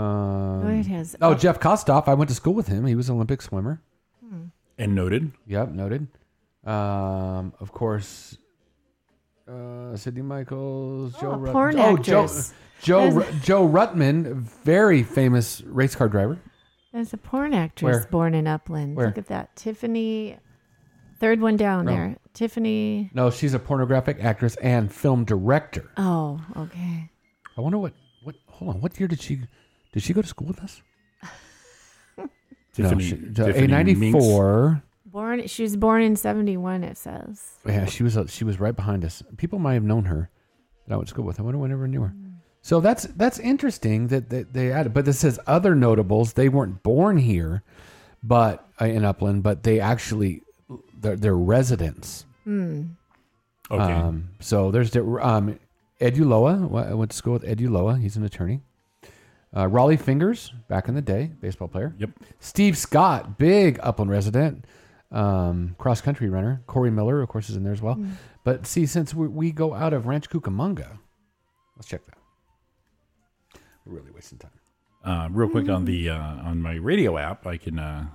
Oh, it has-
oh, Jeff Kostoff. I went to school with him. He was an Olympic swimmer.
Hmm.
And noted.
Yep, noted. Um, of course, uh, Sidney Michaels, Joe
a
Rut-
porn
oh, Joe,
actress.
Joe,
There's-
Ru- Joe Rutman, very famous race car driver.
There's a porn actress
Where?
born in Upland.
Where?
Look at that, Tiffany. Third one down
No.
there, Tiffany.
No, she's a pornographic actress and film director.
Oh, okay.
I wonder what what hold on, what year did she did she go to school with us?
[laughs] Tiffany- Tiffany
a ninety four.
Born, she was born in '71. It says.
Yeah, she was uh, she was right behind us. People might have known her that I went to school with. I wonder when I ever knew her. So that's that's interesting that, that they added, but this says other notables. They weren't born here, but uh, in Upland, but they actually they're, they're residents.
Hmm.
Okay.
Um, so there's the- um, Ed Uloa. wa- I went to school with Ed Uloa. He's an attorney. Uh, Raleigh Fingers, back in the day, baseball player. Yep. Steve Scott, big Upland resident, um, cross country runner. Corey Miller, of course, is in there as well.
Mm.
But see, since we, we go out of Ranch Cucamonga, let's check that. We're really wasting time.
uh, real quick on the uh, on my radio app, I can uh,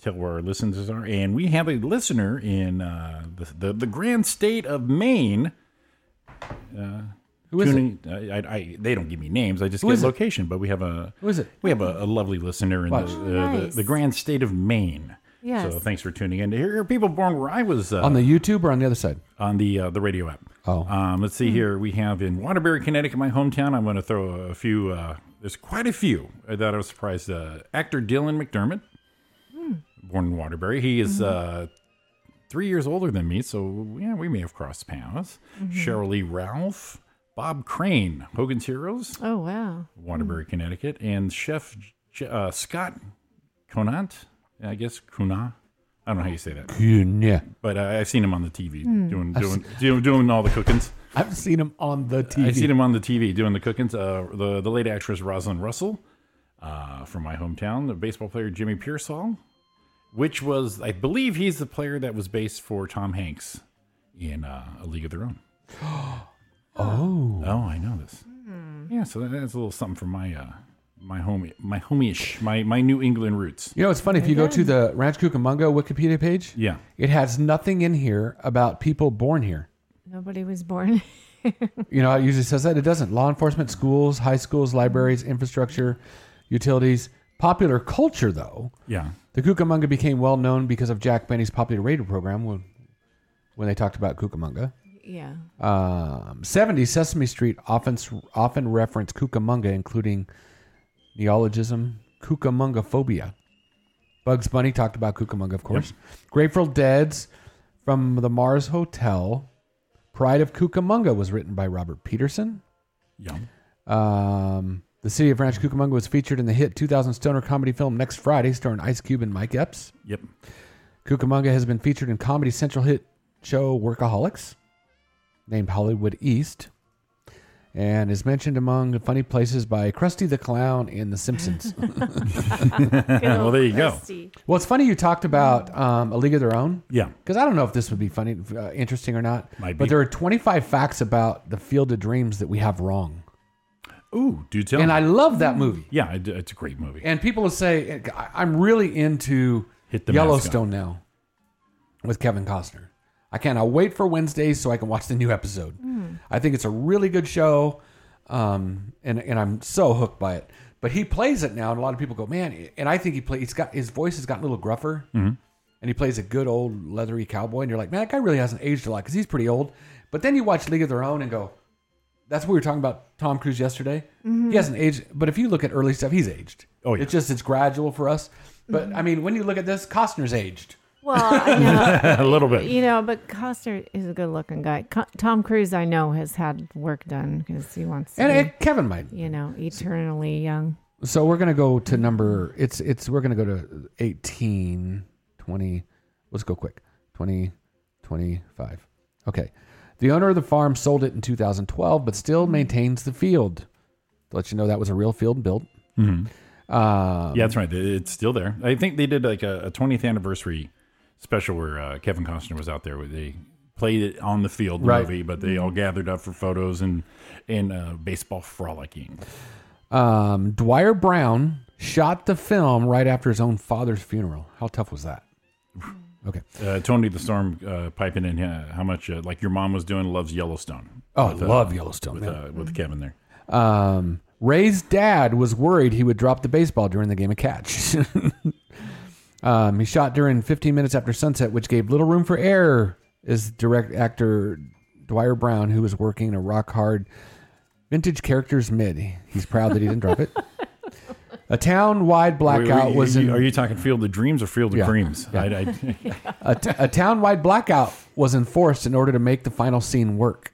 tell where our listeners are, and we have a listener in uh, the, the the grand state of Maine. Uh,
Who is it?
it? I, I, they don't give me names. I just
Who
get
is it?
location. But we have a
Who is it?
We have a, a lovely listener in the,
Wow.
uh,
Nice.
the the grand state of Maine.
Yes.
So thanks for tuning in. Here are people born where I was uh,
on the YouTube or on the other side?
on the uh, the radio app.
Oh.
um, let's see here. We have in Waterbury, Connecticut, my hometown. I'm going to throw a few. Uh, there's quite a few that I was surprised. Uh, actor Dylan McDermott, born in Waterbury, he is uh, three years older than me, so yeah, we may have crossed paths.
Mhm.
Cheryl Lee Ralph, Bob Crane, Hogan's Heroes,
Oh wow.
Waterbury, Connecticut, and Chef J- uh, Scott Conant. I guess Cunha. I don't know how you say that
Yeah.
but uh, I've seen him on the TV
Hmm.
doing
I've
doing, doing doing all the cookings.
I've seen him on the TV.
I've seen him on the TV doing the cookings. Uh, the the late actress Rosalind Russell uh, from my hometown, the baseball player Jimmy Pearsall, which was I believe he's the player that was based for Tom Hanks in uh, A League of Their
[gasps]
Own.
Oh.
Oh, I know this. Yeah, so that, that's a little something from my uh, my homie my homie-ish, my my New England roots.
You know, it's funny if you go to the Ranch Cucamonga Wikipedia page.
Yeah.
it has nothing in here about people born here.
Nobody was born. [laughs]
You know, it usually says that it doesn't. Law enforcement, schools, high schools, libraries, infrastructure, utilities, popular culture, though.
Yeah.
The Cucamonga became well known because of Jack Benny's popular radio program when, when they talked about Cucamonga.
yeah.
Um, 70 Sesame Street often often referenced Cucamonga, including neologism Cucamonga phobia. Bugs Bunny talked about Cucamonga, of course. Grateful Dead's from the Mars Hotel. Pride of Cucamonga was written by Robert Peterson.
Yum.
Um, the city of Ranch Cucamonga was featured in the hit 2000 stoner comedy film Next Friday, starring Ice Cube and Mike Epps.
Yep.
Cucamonga has been featured in Comedy Central hit show Workaholics, named Hollywood East, and is mentioned among the funny places by Krusty the Clown in The Simpsons.
well, there you go.
Well, it's funny you talked about um, A League of Their Own.
Yeah.
Because I don't know if this would be funny, uh, interesting or not.
Might
But
be.
there are 25 facts about the Field of Dreams that we have wrong.
Ooh, do tell.
And I love that movie.
Yeah, I d- it's a great
[laughs]
movie.
And people will say, I- I'm really into
Hit the
Yellowstone now with Kevin Costner. I cannot wait for Wednesdays so I can watch the new episode.
Mm.
I think it's a really good show, um, and and I'm so hooked by it. But he plays it now, and a lot of people go, man. And I think he play. He's got his voice has gotten a little gruffer,
Mhm.
and he plays a good old leathery cowboy. And you're like, man, that guy really hasn't aged a lot because he's pretty old. But then you watch League of Their Own and go, that's what we were talking about Tom Cruise yesterday.
Mhm.
He hasn't aged, but if you look at early stuff, he's aged. Oh yeah, it's just it's gradual for us. But I mean, when you look at this, Costner's aged.
Well, I know.
a little bit.
You know, but Costner is a good-looking guy. Co- Tom Cruise, I know, has had work done because he wants to
And
be,
it- Kevin might.
you know, eternally young.
So we're gonna go to number. It's it's we're gonna go to 18, 20. Let's go quick. 20, 25. Okay. The owner of the farm sold it in 2012, but still maintains the field. To let you know that was a real field built.
Mhm.
Um,
yeah, that's right. It's still there. I think they did like a, a 20th anniversary special where uh, Kevin Costner was out there. Where they played it on the field the
Right. Mm-hmm.
movie, but they all gathered up for photos and and uh, baseball frolicking.
Um, Dwyer Brown shot the film right after his own father's funeral. How tough was that? Okay.
Uh, Tony the Storm uh, piping in uh, how much uh, like your mom was doing loves Yellowstone.
Oh, I love Yellowstone,
with,
man.
uh, with Kevin there.
Um, Ray's dad was worried he would drop the baseball during the game of catch. [laughs] um, he shot during 15 minutes after sunset, which gave little room for error, is direct actor Dwyer Brown, who was working a rock hard vintage character's mid. He's proud that he
[laughs]
didn't drop it. A town wide blackout
Wait, wait,
was
you-
in.
Are you talking Field of Dreams or Field of
Yeah.
Dreams?
Yeah.
I, I, [laughs]
a, t- a town-wide blackout was enforced in order to make the final scene work.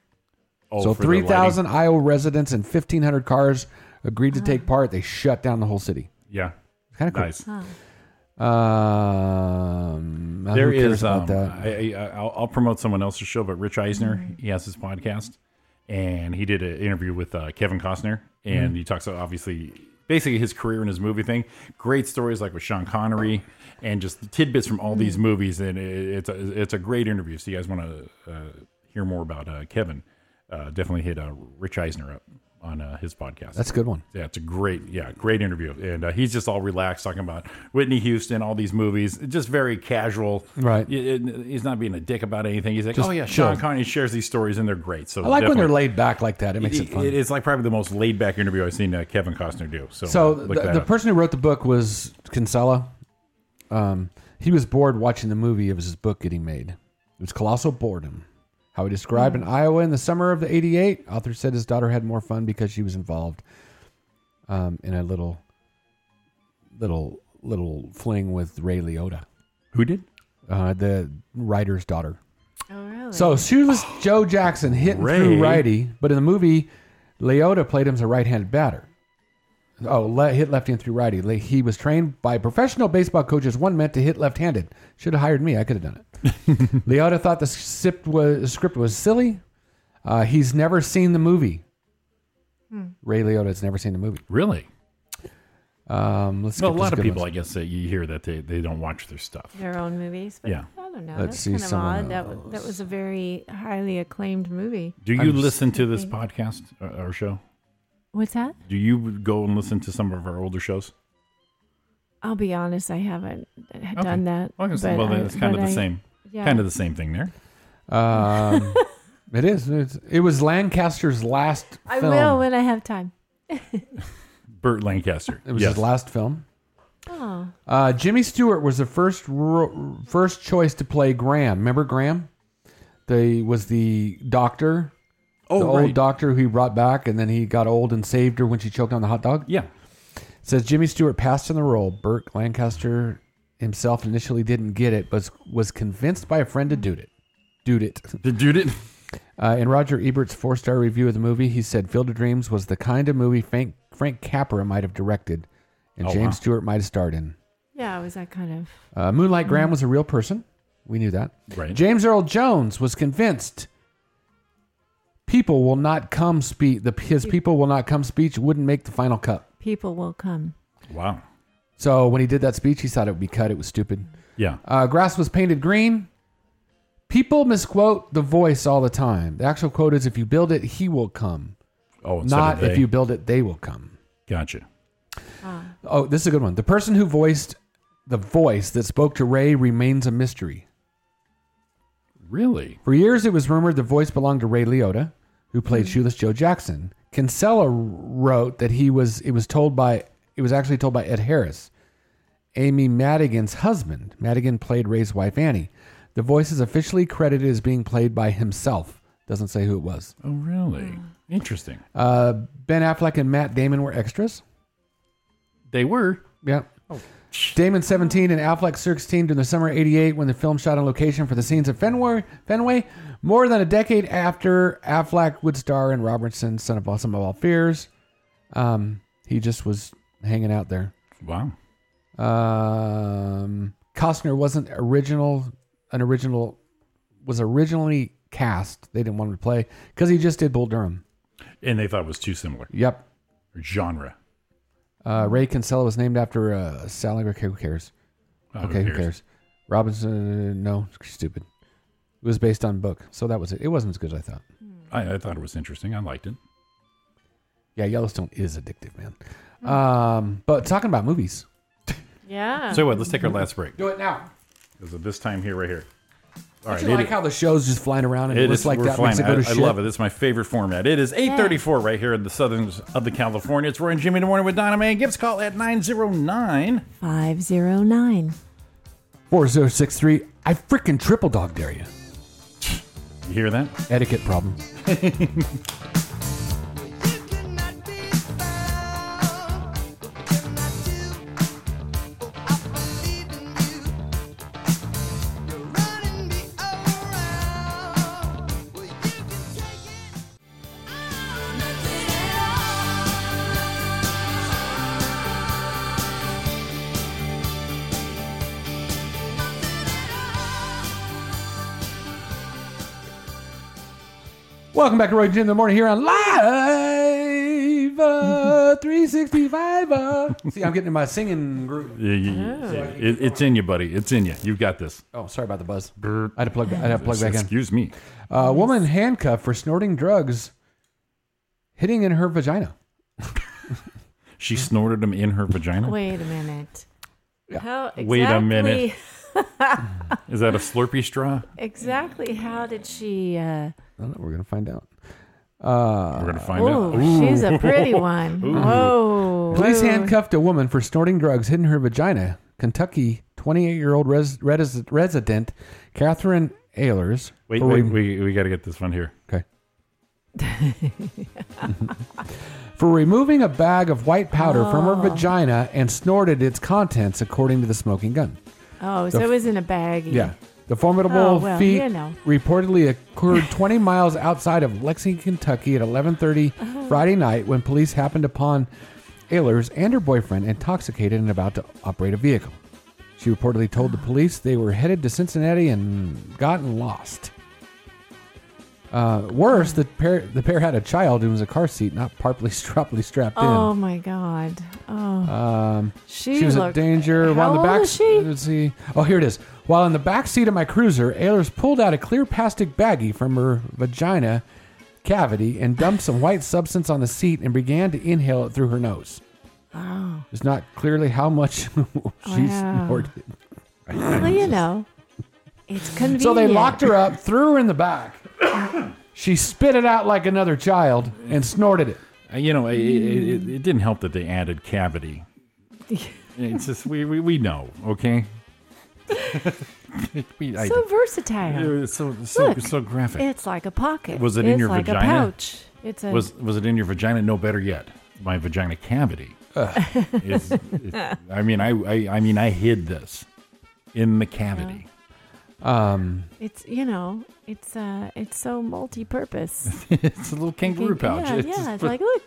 Oh,
so
for the
3,000 Iowa residents and 1,500 cars agreed to take part. They shut down the whole city.
yeah,
It's kind of cool.
Nice.
Um,
there
who cares
is um,
about that.
I, I, I'll, I'll promote someone else's show, but Rich Eisner, he has his podcast, and he did an interview with uh, Kevin Costner, and
Mhm.
he talks about obviously basically his career and his movie thing. Great stories like with Sean Connery, and just tidbits from all
Mm.
these movies, and it, it's a, it's a great interview. So you guys want to uh, hear more about uh, Kevin? Uh, definitely hit uh, Rich Eisner up on uh, his podcast.
That's a good one.
Yeah, it's a great, yeah, great interview, and uh, he's just all relaxed talking about Whitney Houston, all these movies, just very casual.
Right.
It- it- he's not being a dick about anything. He's like,
Just
oh yeah,
chill.
Sean Connery shares these stories, and they're great. So
I like when
definitely-
they're laid back like that. It makes it fun.
It's like probably the most laid back interview I've seen uh, Kevin Costner do. So,
So
uh, look
the,
that
the
up.
person who wrote the book was Kinsella. Um, he was bored watching the movie of his book getting made. It was colossal boredom. How he described in Iowa in the summer of the '88, author said his daughter had more fun because she was involved um, in a little, little, little fling with Ray Liotta.
Who did?
Uh, the writer's daughter.
Oh, really?
So shoeless Joe Jackson hitting
Oh, Ray.
through righty, but in the movie, Leota played him as a right-handed batter. Oh, le- hit lefty and through righty. Le- He was trained by professional baseball coaches. One meant to hit left-handed. Should have hired me. I could have done
[laughs]
it. Leota thought the script was, script was silly. Uh, he's never seen the movie.
Hmm.
Ray Leota has never seen the movie.
Really?
Um, let's
Well, a lot
skip this
of
good
people,
one.
I guess, that you hear that they, they don't watch their stuff.
Their own movies. But
Yeah.
I don't know.
Let's
That's
see
kind of
someone
odd. That, w- that was a very highly acclaimed movie.
Do you listen to this podcast or, or show?
What's that?
Do you go and listen to some of our older shows?
I'll be honest, I haven't uh, done that.
Well, I guess-
but
well, then
I-
it's kind of
but
the
I-
same,
Yeah.
kind of the same thing there. [laughs]
Um, it is. It's, it was Lancaster's last.
I
film.
will when I have time.
Burt Lancaster.
It was
Yes.
his last film.
Oh,
Uh, Jimmy Stewart was the first ro- first choice to play Graham. Remember Graham? They was the doctor.
Oh,
the
right.
old doctor who he brought back, and then he got old and saved her when she choked on the hot dog.
Yeah.
Says Jimmy Stewart passed in the role. Burke Lancaster himself initially didn't get it, but was convinced by a friend to do it. Dude it. [laughs]
To dude it.
Uh, in Roger Ebert's four star review of the movie, he said Field of Dreams was the kind of movie Frank, Frank Capra might have directed and
Oh,
James
wow.
Stewart might have starred in.
yeah, it was that kind of.
Uh, Moonlight Graham was a real person. We knew that.
Mm. Right.
James Earl Jones was convinced people will not come speech. The his people will not come speech wouldn't make the final cut.
People will come.
Wow.
So when he did that speech, he thought it would be cut. It was stupid.
Yeah.
Uh, grass was painted green. People misquote the voice all the time. The actual quote is, "If you build it, he will come."
Oh, instead of
not if
they.
you build it, they will come.
Gotcha.
Oh, this is a good one. The person who voiced the voice that spoke to Ray remains a mystery.
Really?
For years, it was rumored the voice belonged to Ray Liotta, who
Hmm.
played Shoeless Joe Jackson. Kinsella wrote that he was. It was told by. It was actually told by Ed Harris, Amy Madigan's husband. Madigan played Ray's wife Annie. The voice is officially credited as being played by himself. Doesn't say who it was.
Oh, really? Interesting.
Uh, ben Affleck and Matt Damon were extras.
They were.
Yeah. Damon 17 and Affleck 16 during the summer of 88 when the film shot on location for the scenes at Fenway, Fenway. More than a decade after Affleck would star in Robertson, Son of All, Some of All Fears. Um, he just was hanging out there.
Wow.
Um, Costner wasn't original, an original, was originally cast. They didn't want him to play because he just did Bull Durham.
And they thought it was too similar.
Yep.
Genre.
Uh, Ray Kinsella was named after uh, Sally. Who cares?
Oh, who
okay, who cares?
cares?
Robinson. uh, no, stupid. It was based on book, so that was it. It wasn't as good as I thought.
I, I thought it was interesting. I liked it.
Yeah, Yellowstone is addictive, man. Um, but talking about movies,
Yeah.
So what? Let's take our last break.
Do it now.
Because of this time here, right here. All
Don't
right.
you
hit
like
it.
how the show's just flying around and it, looks
is-
like
we're
that
flying.
makes it go to
I,
shit?
I love it. It's my favorite format. It is 834 right here in the southerns of the California. It's Roy and Jimmy in the morning with Donna May. Give us a call at 909.
509.
4063. I freaking triple dog dare you.
You hear that?
Etiquette problem. Welcome back to Roy and Jim in the morning here on
[laughs]
Live uh, 365. Uh. See, I'm getting in my singing group.
Yeah, you-
Oh.
it- it's in you, buddy. It's in you. You've got this.
Oh, sorry about the buzz. I had to plug. I had to plug back in.
Excuse me.
A woman handcuffed for snorting drugs, hitting in her vagina.
She snorted him in her vagina.
Wait a minute. How exactly,
Wait a minute. Is that a Slurpee straw?
exactly how did she? Uh,
I don't know. We're gonna find out. Uh,
We're gonna
find out. Ooh, oh, she's a pretty one. Ooh. Whoa,
Police
Oh. whoa.
handcuffed a woman for snorting drugs hidden in her vagina. Kentucky 28-year-old res- res- resident Catherine Ehlers.
Wait,
Oh,
for
wait,
re-
we, we got to get this one here.
Okay. [laughs] for removing a bag of white powder from her
Oh.
vagina and snorted its contents, according to the smoking gun.
oh,
The
so
f-
it was in a baggie.
Yeah. The formidable
Oh, well,
feat
you know.
reportedly
[laughs]
occurred 20 miles outside of Lexington, Kentucky at 11:30
Oh.
Friday night when police happened upon Ehlers and her boyfriend intoxicated and about to operate a vehicle. She reportedly told the police they were headed to Cincinnati and gotten lost. Uh, worse, the pair the pair had a child who was a car seat, not properly [laughs] properly strapped
Oh
in.
my God. Oh.
Um,
She
she, was
looked-
a danger.
How
While in the
old
back,
is she?
Let's see. Oh, here it is. While in the back seat of my cruiser, Ehlers pulled out a clear plastic baggie from her vagina cavity and dumped some
[laughs]
white substance on the seat and began to inhale it through her nose.
Wow.
It's not clearly how much [laughs] she
Wow.
snorted.
Well, you know, it's convenient.
So they locked her up, threw her in the
[coughs]
back. she spit it out like another child and snorted it.
Uh, You know, it, it, it, it didn't help that they added
[laughs]
cavity. It's just, we, we, we know,
[laughs]
okay? We- I-
So versatile.
Yeah, so- so-
Look,
so graphic.
It's like a pocket.
Was it
it's
in your
like
vagina?
a pouch. It's a.
was was it in your vagina? No, better yet, my vagina cavity. It's- it- I mean, I, I I mean, I hid this in the cavity.
Um,
It's you know. It's uh. It's so multi-purpose.
it's a little kangaroo
You can-
pouch.
Yeah,
It's
yeah.
just-
it's like look,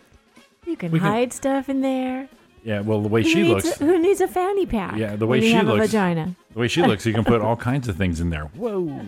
you can
We can-
hide stuff in there.
yeah. Well, the way
who
she
needs,
looks,
Who needs a fanny pack?
yeah, the
when
way
you
she
have
looks,
A vagina.
the way she looks, you can put all kinds of things in there.
[laughs]
Whoa.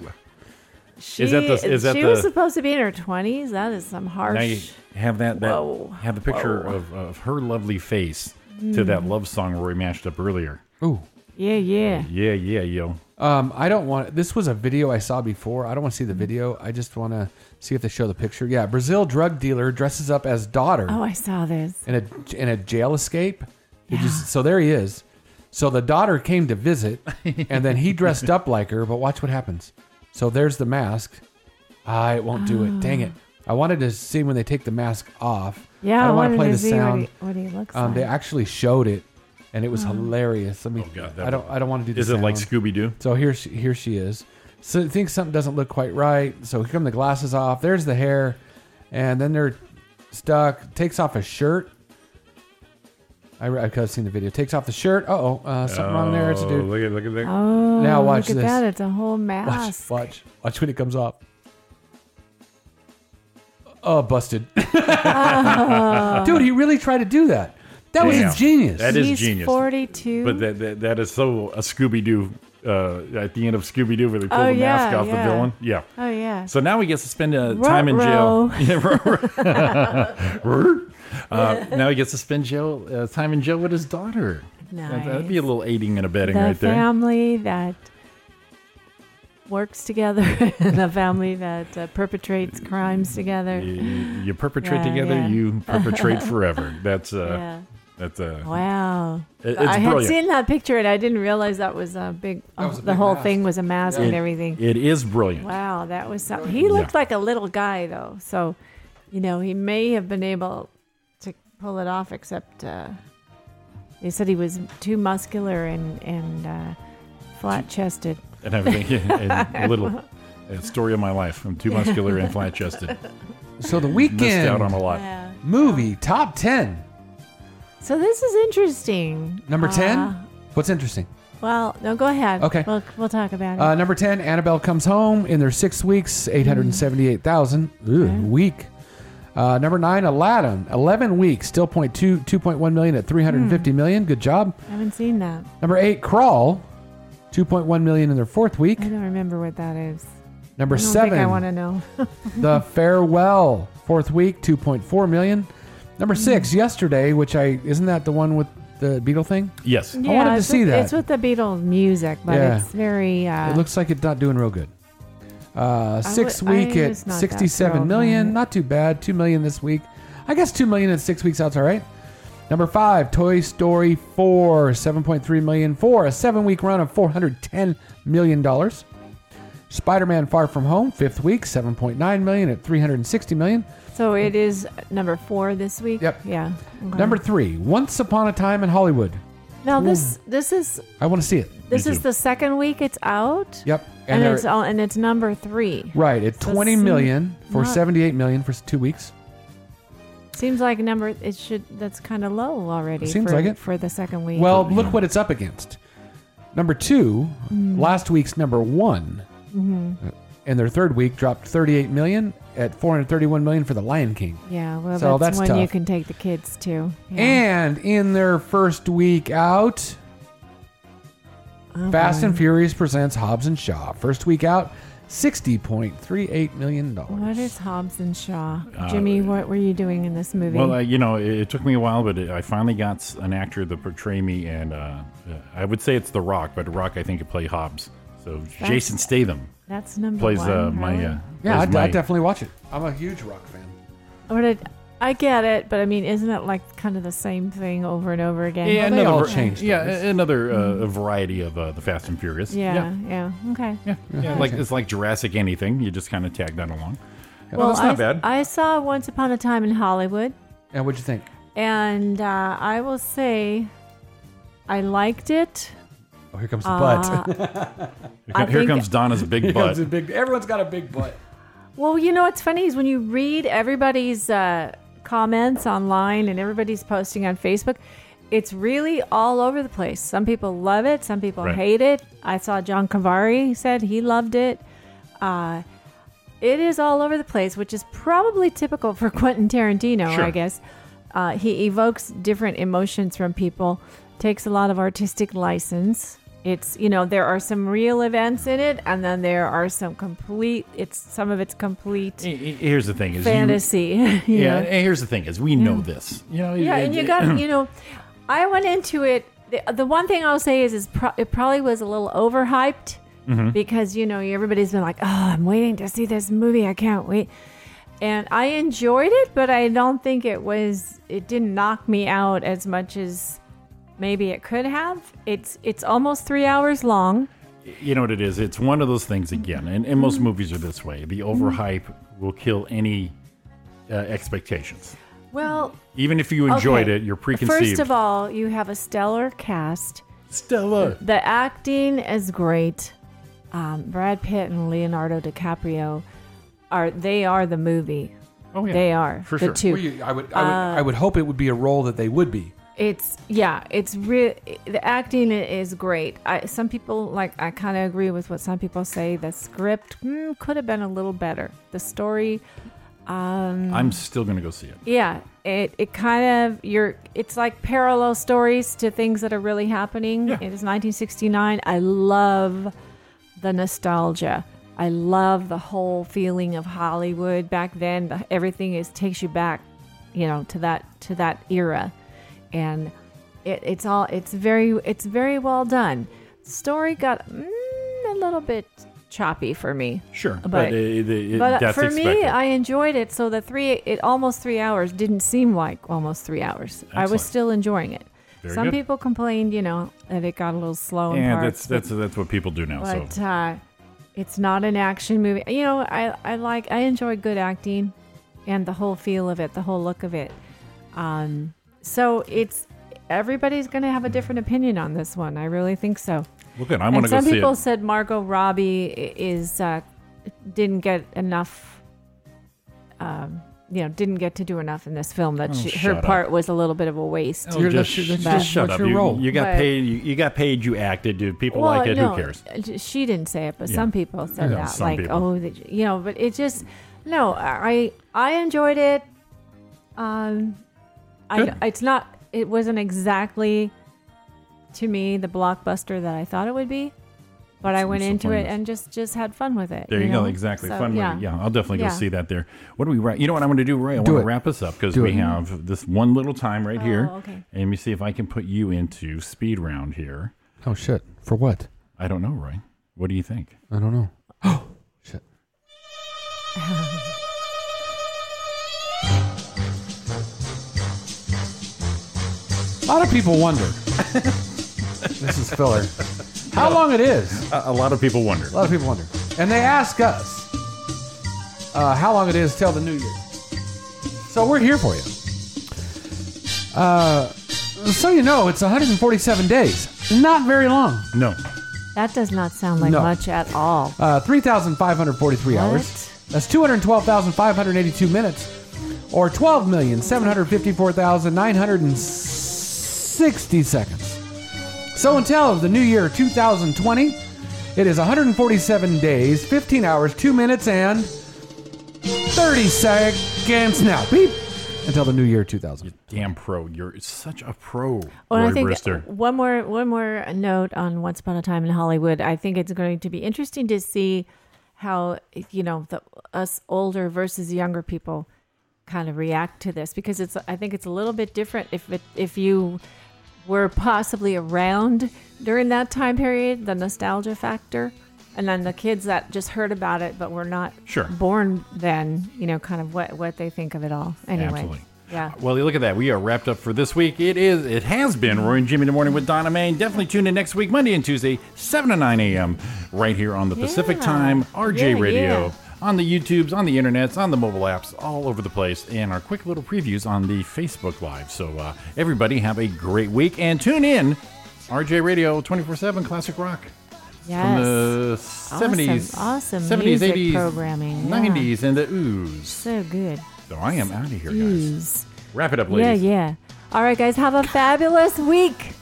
She,
that the- is that
she
the-
was supposed to be in her twenties. That is some harsh.
Now you have that, that
Whoa.
have the picture of, of her lovely face to
Mm.
that love song Roy mashed up earlier.
Ooh.
Yeah, yeah.
Yeah, yeah, yo.
Um, I don't want. This was a video I saw before. I don't want to see
Mm-hmm.
the video. I just want to see if they show the picture. Yeah, Brazil drug dealer dresses up as daughter
Oh, I saw this.
in a in a jail escape. He just- so there he is. So the daughter came to
[laughs]
visit, and then he dressed up like her. But watch what happens. So there's the mask. I won't do it. Dang
[gasps]
it! I wanted to see when they take the mask off.
Yeah,
I
I
don't want to
wanted
play
to
the
see what
sound.
he- what he looks
um, They
like.
actually showed it, and it was
Oh.
hilarious. Let me.
that
I don't. I don't want to do. the
Is it like
sound.
Scooby Doo?
So here she, here she is. So thinks something doesn't look quite right. So here come the glasses off. There's the hair, and then they're stuck. Takes off a shirt. I, I could have seen the video. Takes off the shirt. Uh oh, uh, something wrong there. It's a dude.
Look at look at that.
Oh,
now watch
look at
this.
that. It's a whole mask.
Watch, watch, watch when it comes off. Oh, busted! [laughs]
Oh.
Dude, he really tried to do that. That was
Damn.
ingenious.
That is
He's
genius.
42.
But that, that that is so a Scooby Doo. Uh, at the end of Scooby Doo, where they pull
Oh,
the mask
yeah,
off
yeah.
the villain. Yeah.
Oh, yeah.
So now he gets to spend uh, time in jail. [laughs]
Ruh-roh. [laughs]
Yeah, ruh-roh. [laughs] Ruh. uh, now he gets to spend jail uh, time in jail with his daughter. That- That'd be a little aiding and
the
abetting right there.
family that works together, [laughs] the family that uh, perpetrates crimes together.
You, you perpetrate
Yeah,
together,
yeah. [laughs]
you perpetrate forever. That's uh,
Yeah.
that's uh,
Wow.
It- it's
I had
brilliant.
seen that picture and I didn't realize that was a big, the whole thing was a mask
It-
and everything.
It is brilliant.
Wow, that was something. He looked like a little guy, though. So, you know, he may have been able to pull it off, except uh, they said he was too muscular and, and uh, flat chested.
and everything. [laughs] Yeah, and a little a story of my life. I'm
[laughs]
too muscular and flat chested.
So the weekend
Missed out on a lot.
Yeah.
movie top ten
So, this is interesting.
number ten.
Uh,
What's interesting?
well, no, go ahead.
Okay.
We'll, we'll talk about it.
Uh, number 10, Annabelle Comes Home in their six weeks,
Mm-hmm.
878,000 Ooh, week. Uh, number 9, Aladdin, 11 weeks, still point two, 2.1 million at
Hmm.
350 million. Good job.
I haven't seen that.
Number 8, Crawl, 2.1 million in their fourth week.
I don't remember what that is.
Number
Mm, I don't
seven.
Think I want to know. [laughs]
the farewell fourth week 2.4 million number
Mm.
six yesterday which i isn't that the one with the beetle thing
yes
i wanted to
it's
see
with,
that
It's with the Beatles music, but
Yeah.
it's very. Uh,
it looks like it's not doing real good uh six
wa- I
week at
was not that
67
thrilled by
million
it.
not too bad 2 million this week i guess 2 million in six weeks that's all right number five toy story 4 7.3 million for a seven week run of 410 million dollars spider-man far from home fifth week 7.9 million at 360 million
so it is number four this week. Yep. Yeah. okay.
Number three, Once Upon a Time in Hollywood.
Now this this is
I want to see it.
this is the second week it's out.
Yep.
And,
they're-
it's all and it's number three.
right at
So
twenty
it's
million for
not-
seventy-eight million for s- two weeks.
Seems like number it should that's kind of low already.
Seems
for,
like it.
for the second week.
Well, look what it's up against. Number two,
Mm.
last week's number one, Uh,
Mhm.
and their third week dropped thirty-eight million at four hundred thirty-one million for The Lion King.
Yeah. Well,
So
that's,
that's
when you
tough.
can take the kids to. Yeah.
And in their first week out,
Oh,
Fast
boy.
and Furious presents Hobbs and Shaw. First week out, sixty point three eight million dollars.
What is Hobbs and Shaw?
Uh,
Jimmy, what were you doing in this movie?
Well, uh, you know, it, it took me a while, but it, I finally got s- an actor to portray me, and uh, uh, I would say it's The Rock, but Rock I think could play Hobbs. So Jason Statham
that's number
plays
one.
uh, my
really?
uh,
Yeah,
plays
I'd,
my-
I'd definitely watch it. I'm a huge rock fan.
Or did I get it? But I mean, isn't it like kind of the same thing over and over again?
yeah, another,
all
var-
changed
Yeah,
things. Mm-hmm.
a- another uh, variety of uh, the Fast and Furious.
Yeah, yeah, okay. Yeah,
Yeah, like it's like Jurassic anything. You just kind of tag that along. Well,
well,
that's not
I,
bad.
I saw Once Upon a Time in Hollywood,
Yeah, what'd you think?
and uh, I will say, I liked it.
Oh, here comes the
Uh,
butt.
Here com- I [laughs] here think- comes
Donna's big
Here comes
butt.
a big- everyone's got a big butt.
Well, you know what's funny is when you read everybody's uh, comments online and everybody's posting on Facebook, it's really all over the place. Some people love it, some people
Right.
hate it. I saw John Cavari said he loved it. Uh, it is all over the place, which is probably typical for [laughs] Quentin Tarantino,
Sure.
I guess. Uh, he evokes different emotions from people, takes a lot of artistic license. It's you know there are some real events in it, and then there are some complete. It's some of it's complete.
Here's the thing: is you-
Fantasy, [laughs] you
yeah,
know.
and here's the thing: is we know this. You know.
yeah,
it-
and you
it-
got you know, I went into it. The, the one thing I'll say is, is pro- it probably was a little overhyped
Mm-hmm.
Mhm.
because you know everybody's been like, oh, I'm waiting to see this movie. I can't wait. And I enjoyed it, but I don't think it was. It didn't knock me out as much as maybe it could have. It's it's almost three hours long.
you know what it is it's one of those things again and, and most movies are this way the overhype will kill any uh, expectations
Well,
even if you enjoyed
Okay.
it you're preconceived
First of all, you have a stellar cast.
Stellar.
The acting is great. Um, Brad Pitt and Leonardo DiCaprio are they are the movie.
Oh
yeah.
They are the two.
Well, you- I would, I would,
Uh,
I would hope it would be a role that they would be.
It's yeah, it's real. The acting i- is great. I, some people like I kind of agree with what some people say. The script hmm, could have been a little better. The story. Um,
i'm still gonna go see it
yeah, it, it kind of you're it's like parallel stories to things that are really happening. It is 1969. I love the nostalgia. I love the whole feeling of Hollywood back then. The- Everything is takes you back, you know, to that to that era, and it, it's all it's very it's very well done. Story got mm, a little bit choppy for me.
Sure,
but
but it- it-
but
that's
for me,
expected.
I enjoyed it. So the three, it almost three hours didn't seem like almost three hours. I
Excellent.
was still enjoying it.
Very
Some
good.
people complained, you know, that it got a little slow. in
and
parts,
that's that's that's what people do now
but
so
uh, it's not an action movie. You know, I I like I enjoy good acting, and the whole feel of it, the whole look of it. Um, so it's everybody's going to have a different opinion on this one. I really think so.
Well, good. I'm
And
gonna go
some
see
people
it.
said Margot Robbie i- is uh, didn't get enough. Um, you know, didn't get to do enough in this film. That
Oh,
she,
shut
her
up.
part was a little bit of a waste.
Oh, just, just
But-
shut up you, you got
But-
paid you, you got paid you acted dude people
well,
like it
no,
who cares
uh, She didn't say it, but
Yeah.
some people said
Yeah,
that.
some
Like,
people.
oh, the, you know, but it just no. I I enjoyed it. Um, I,
Good.
it's not. It wasn't exactly to me the blockbuster that I thought it would be, But I went
What's the
into
point
it
of-
and just just had fun with it.
There you,
know?
go. Exactly.
So,
Fun. Yeah. yeah. I'll definitely go
Yeah.
see that there. What do we wrap? You know what I'm going to do, Ray? I
Do
want
it.
to wrap us up because
Do
we
it.
have this one little time right here.
Oh, okay.
And let me see if I can put you into speed round here.
Oh shit! For what?
I don't know, Roy. What do you think?
I don't know. A lot of people wonder. [laughs] this is filler. How long it is?
A, a lot of people wonder.
A lot of people wonder, and they ask us uh, how long it is till the new year. So we're here for you. Uh, so you know, it's 147 days. Not very long.
No.
That does not sound like
No.
much at all.
Uh, 3,543 hours. That's 212,582 minutes, or 12,754,960 seconds. So until the new year 2020, it is 147 days, 15 hours, 2 minutes, and 30 seconds now. Beep! Until the new year 2000.
Damn pro. You're such a pro,
Well,
Roy
Oh, I think
Brister.
one more one more note on Once Upon a Time in Hollywood. I think it's going to be interesting to see how you know the us older versus younger people kind of react to this because it's I think it's a little bit different if it, if you were possibly around during that time period, the nostalgia factor, and then the kids that just heard about it but were not
Sure.
born then, you know, kind of what what they think of it all. Anyway,
Absolutely.
yeah.
Well, look at that. We are wrapped up for this week. It is. It has been Roy and Jimmy in the morning with Donna Main. Definitely tune in next week, Monday and Tuesday, seven to nine a.m. right here on the Pacific
Yeah.
Time RJ
Yeah,
Radio.
yeah.
On the YouTubes, on the internets, on the mobile apps, all over the place, and our quick little previews on the Facebook Live. So, uh, everybody, have a great week and tune in RJ Radio 24 7 Classic Rock. From the
Awesome,
70s,
awesome
70s,
music
80s,
programming, yeah.
90s, and the ooze.
So good.
So I am out of here, guys.
Ooze.
Wrap it up,
Yeah,
ladies.
yeah. All right, guys, have a fabulous week.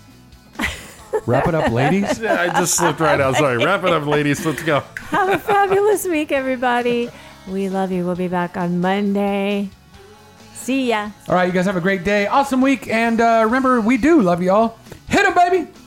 Wrap it
[laughs]
up, ladies.
Yeah, I just slipped right out. Sorry. Wrap it up, ladies. Let's go. [laughs]
Have a fabulous week, everybody. We love you. We'll be back on Monday. See ya.
All right, you guys have a great day, awesome week, and uh, remember, we do love y'all. Hit 'em, baby!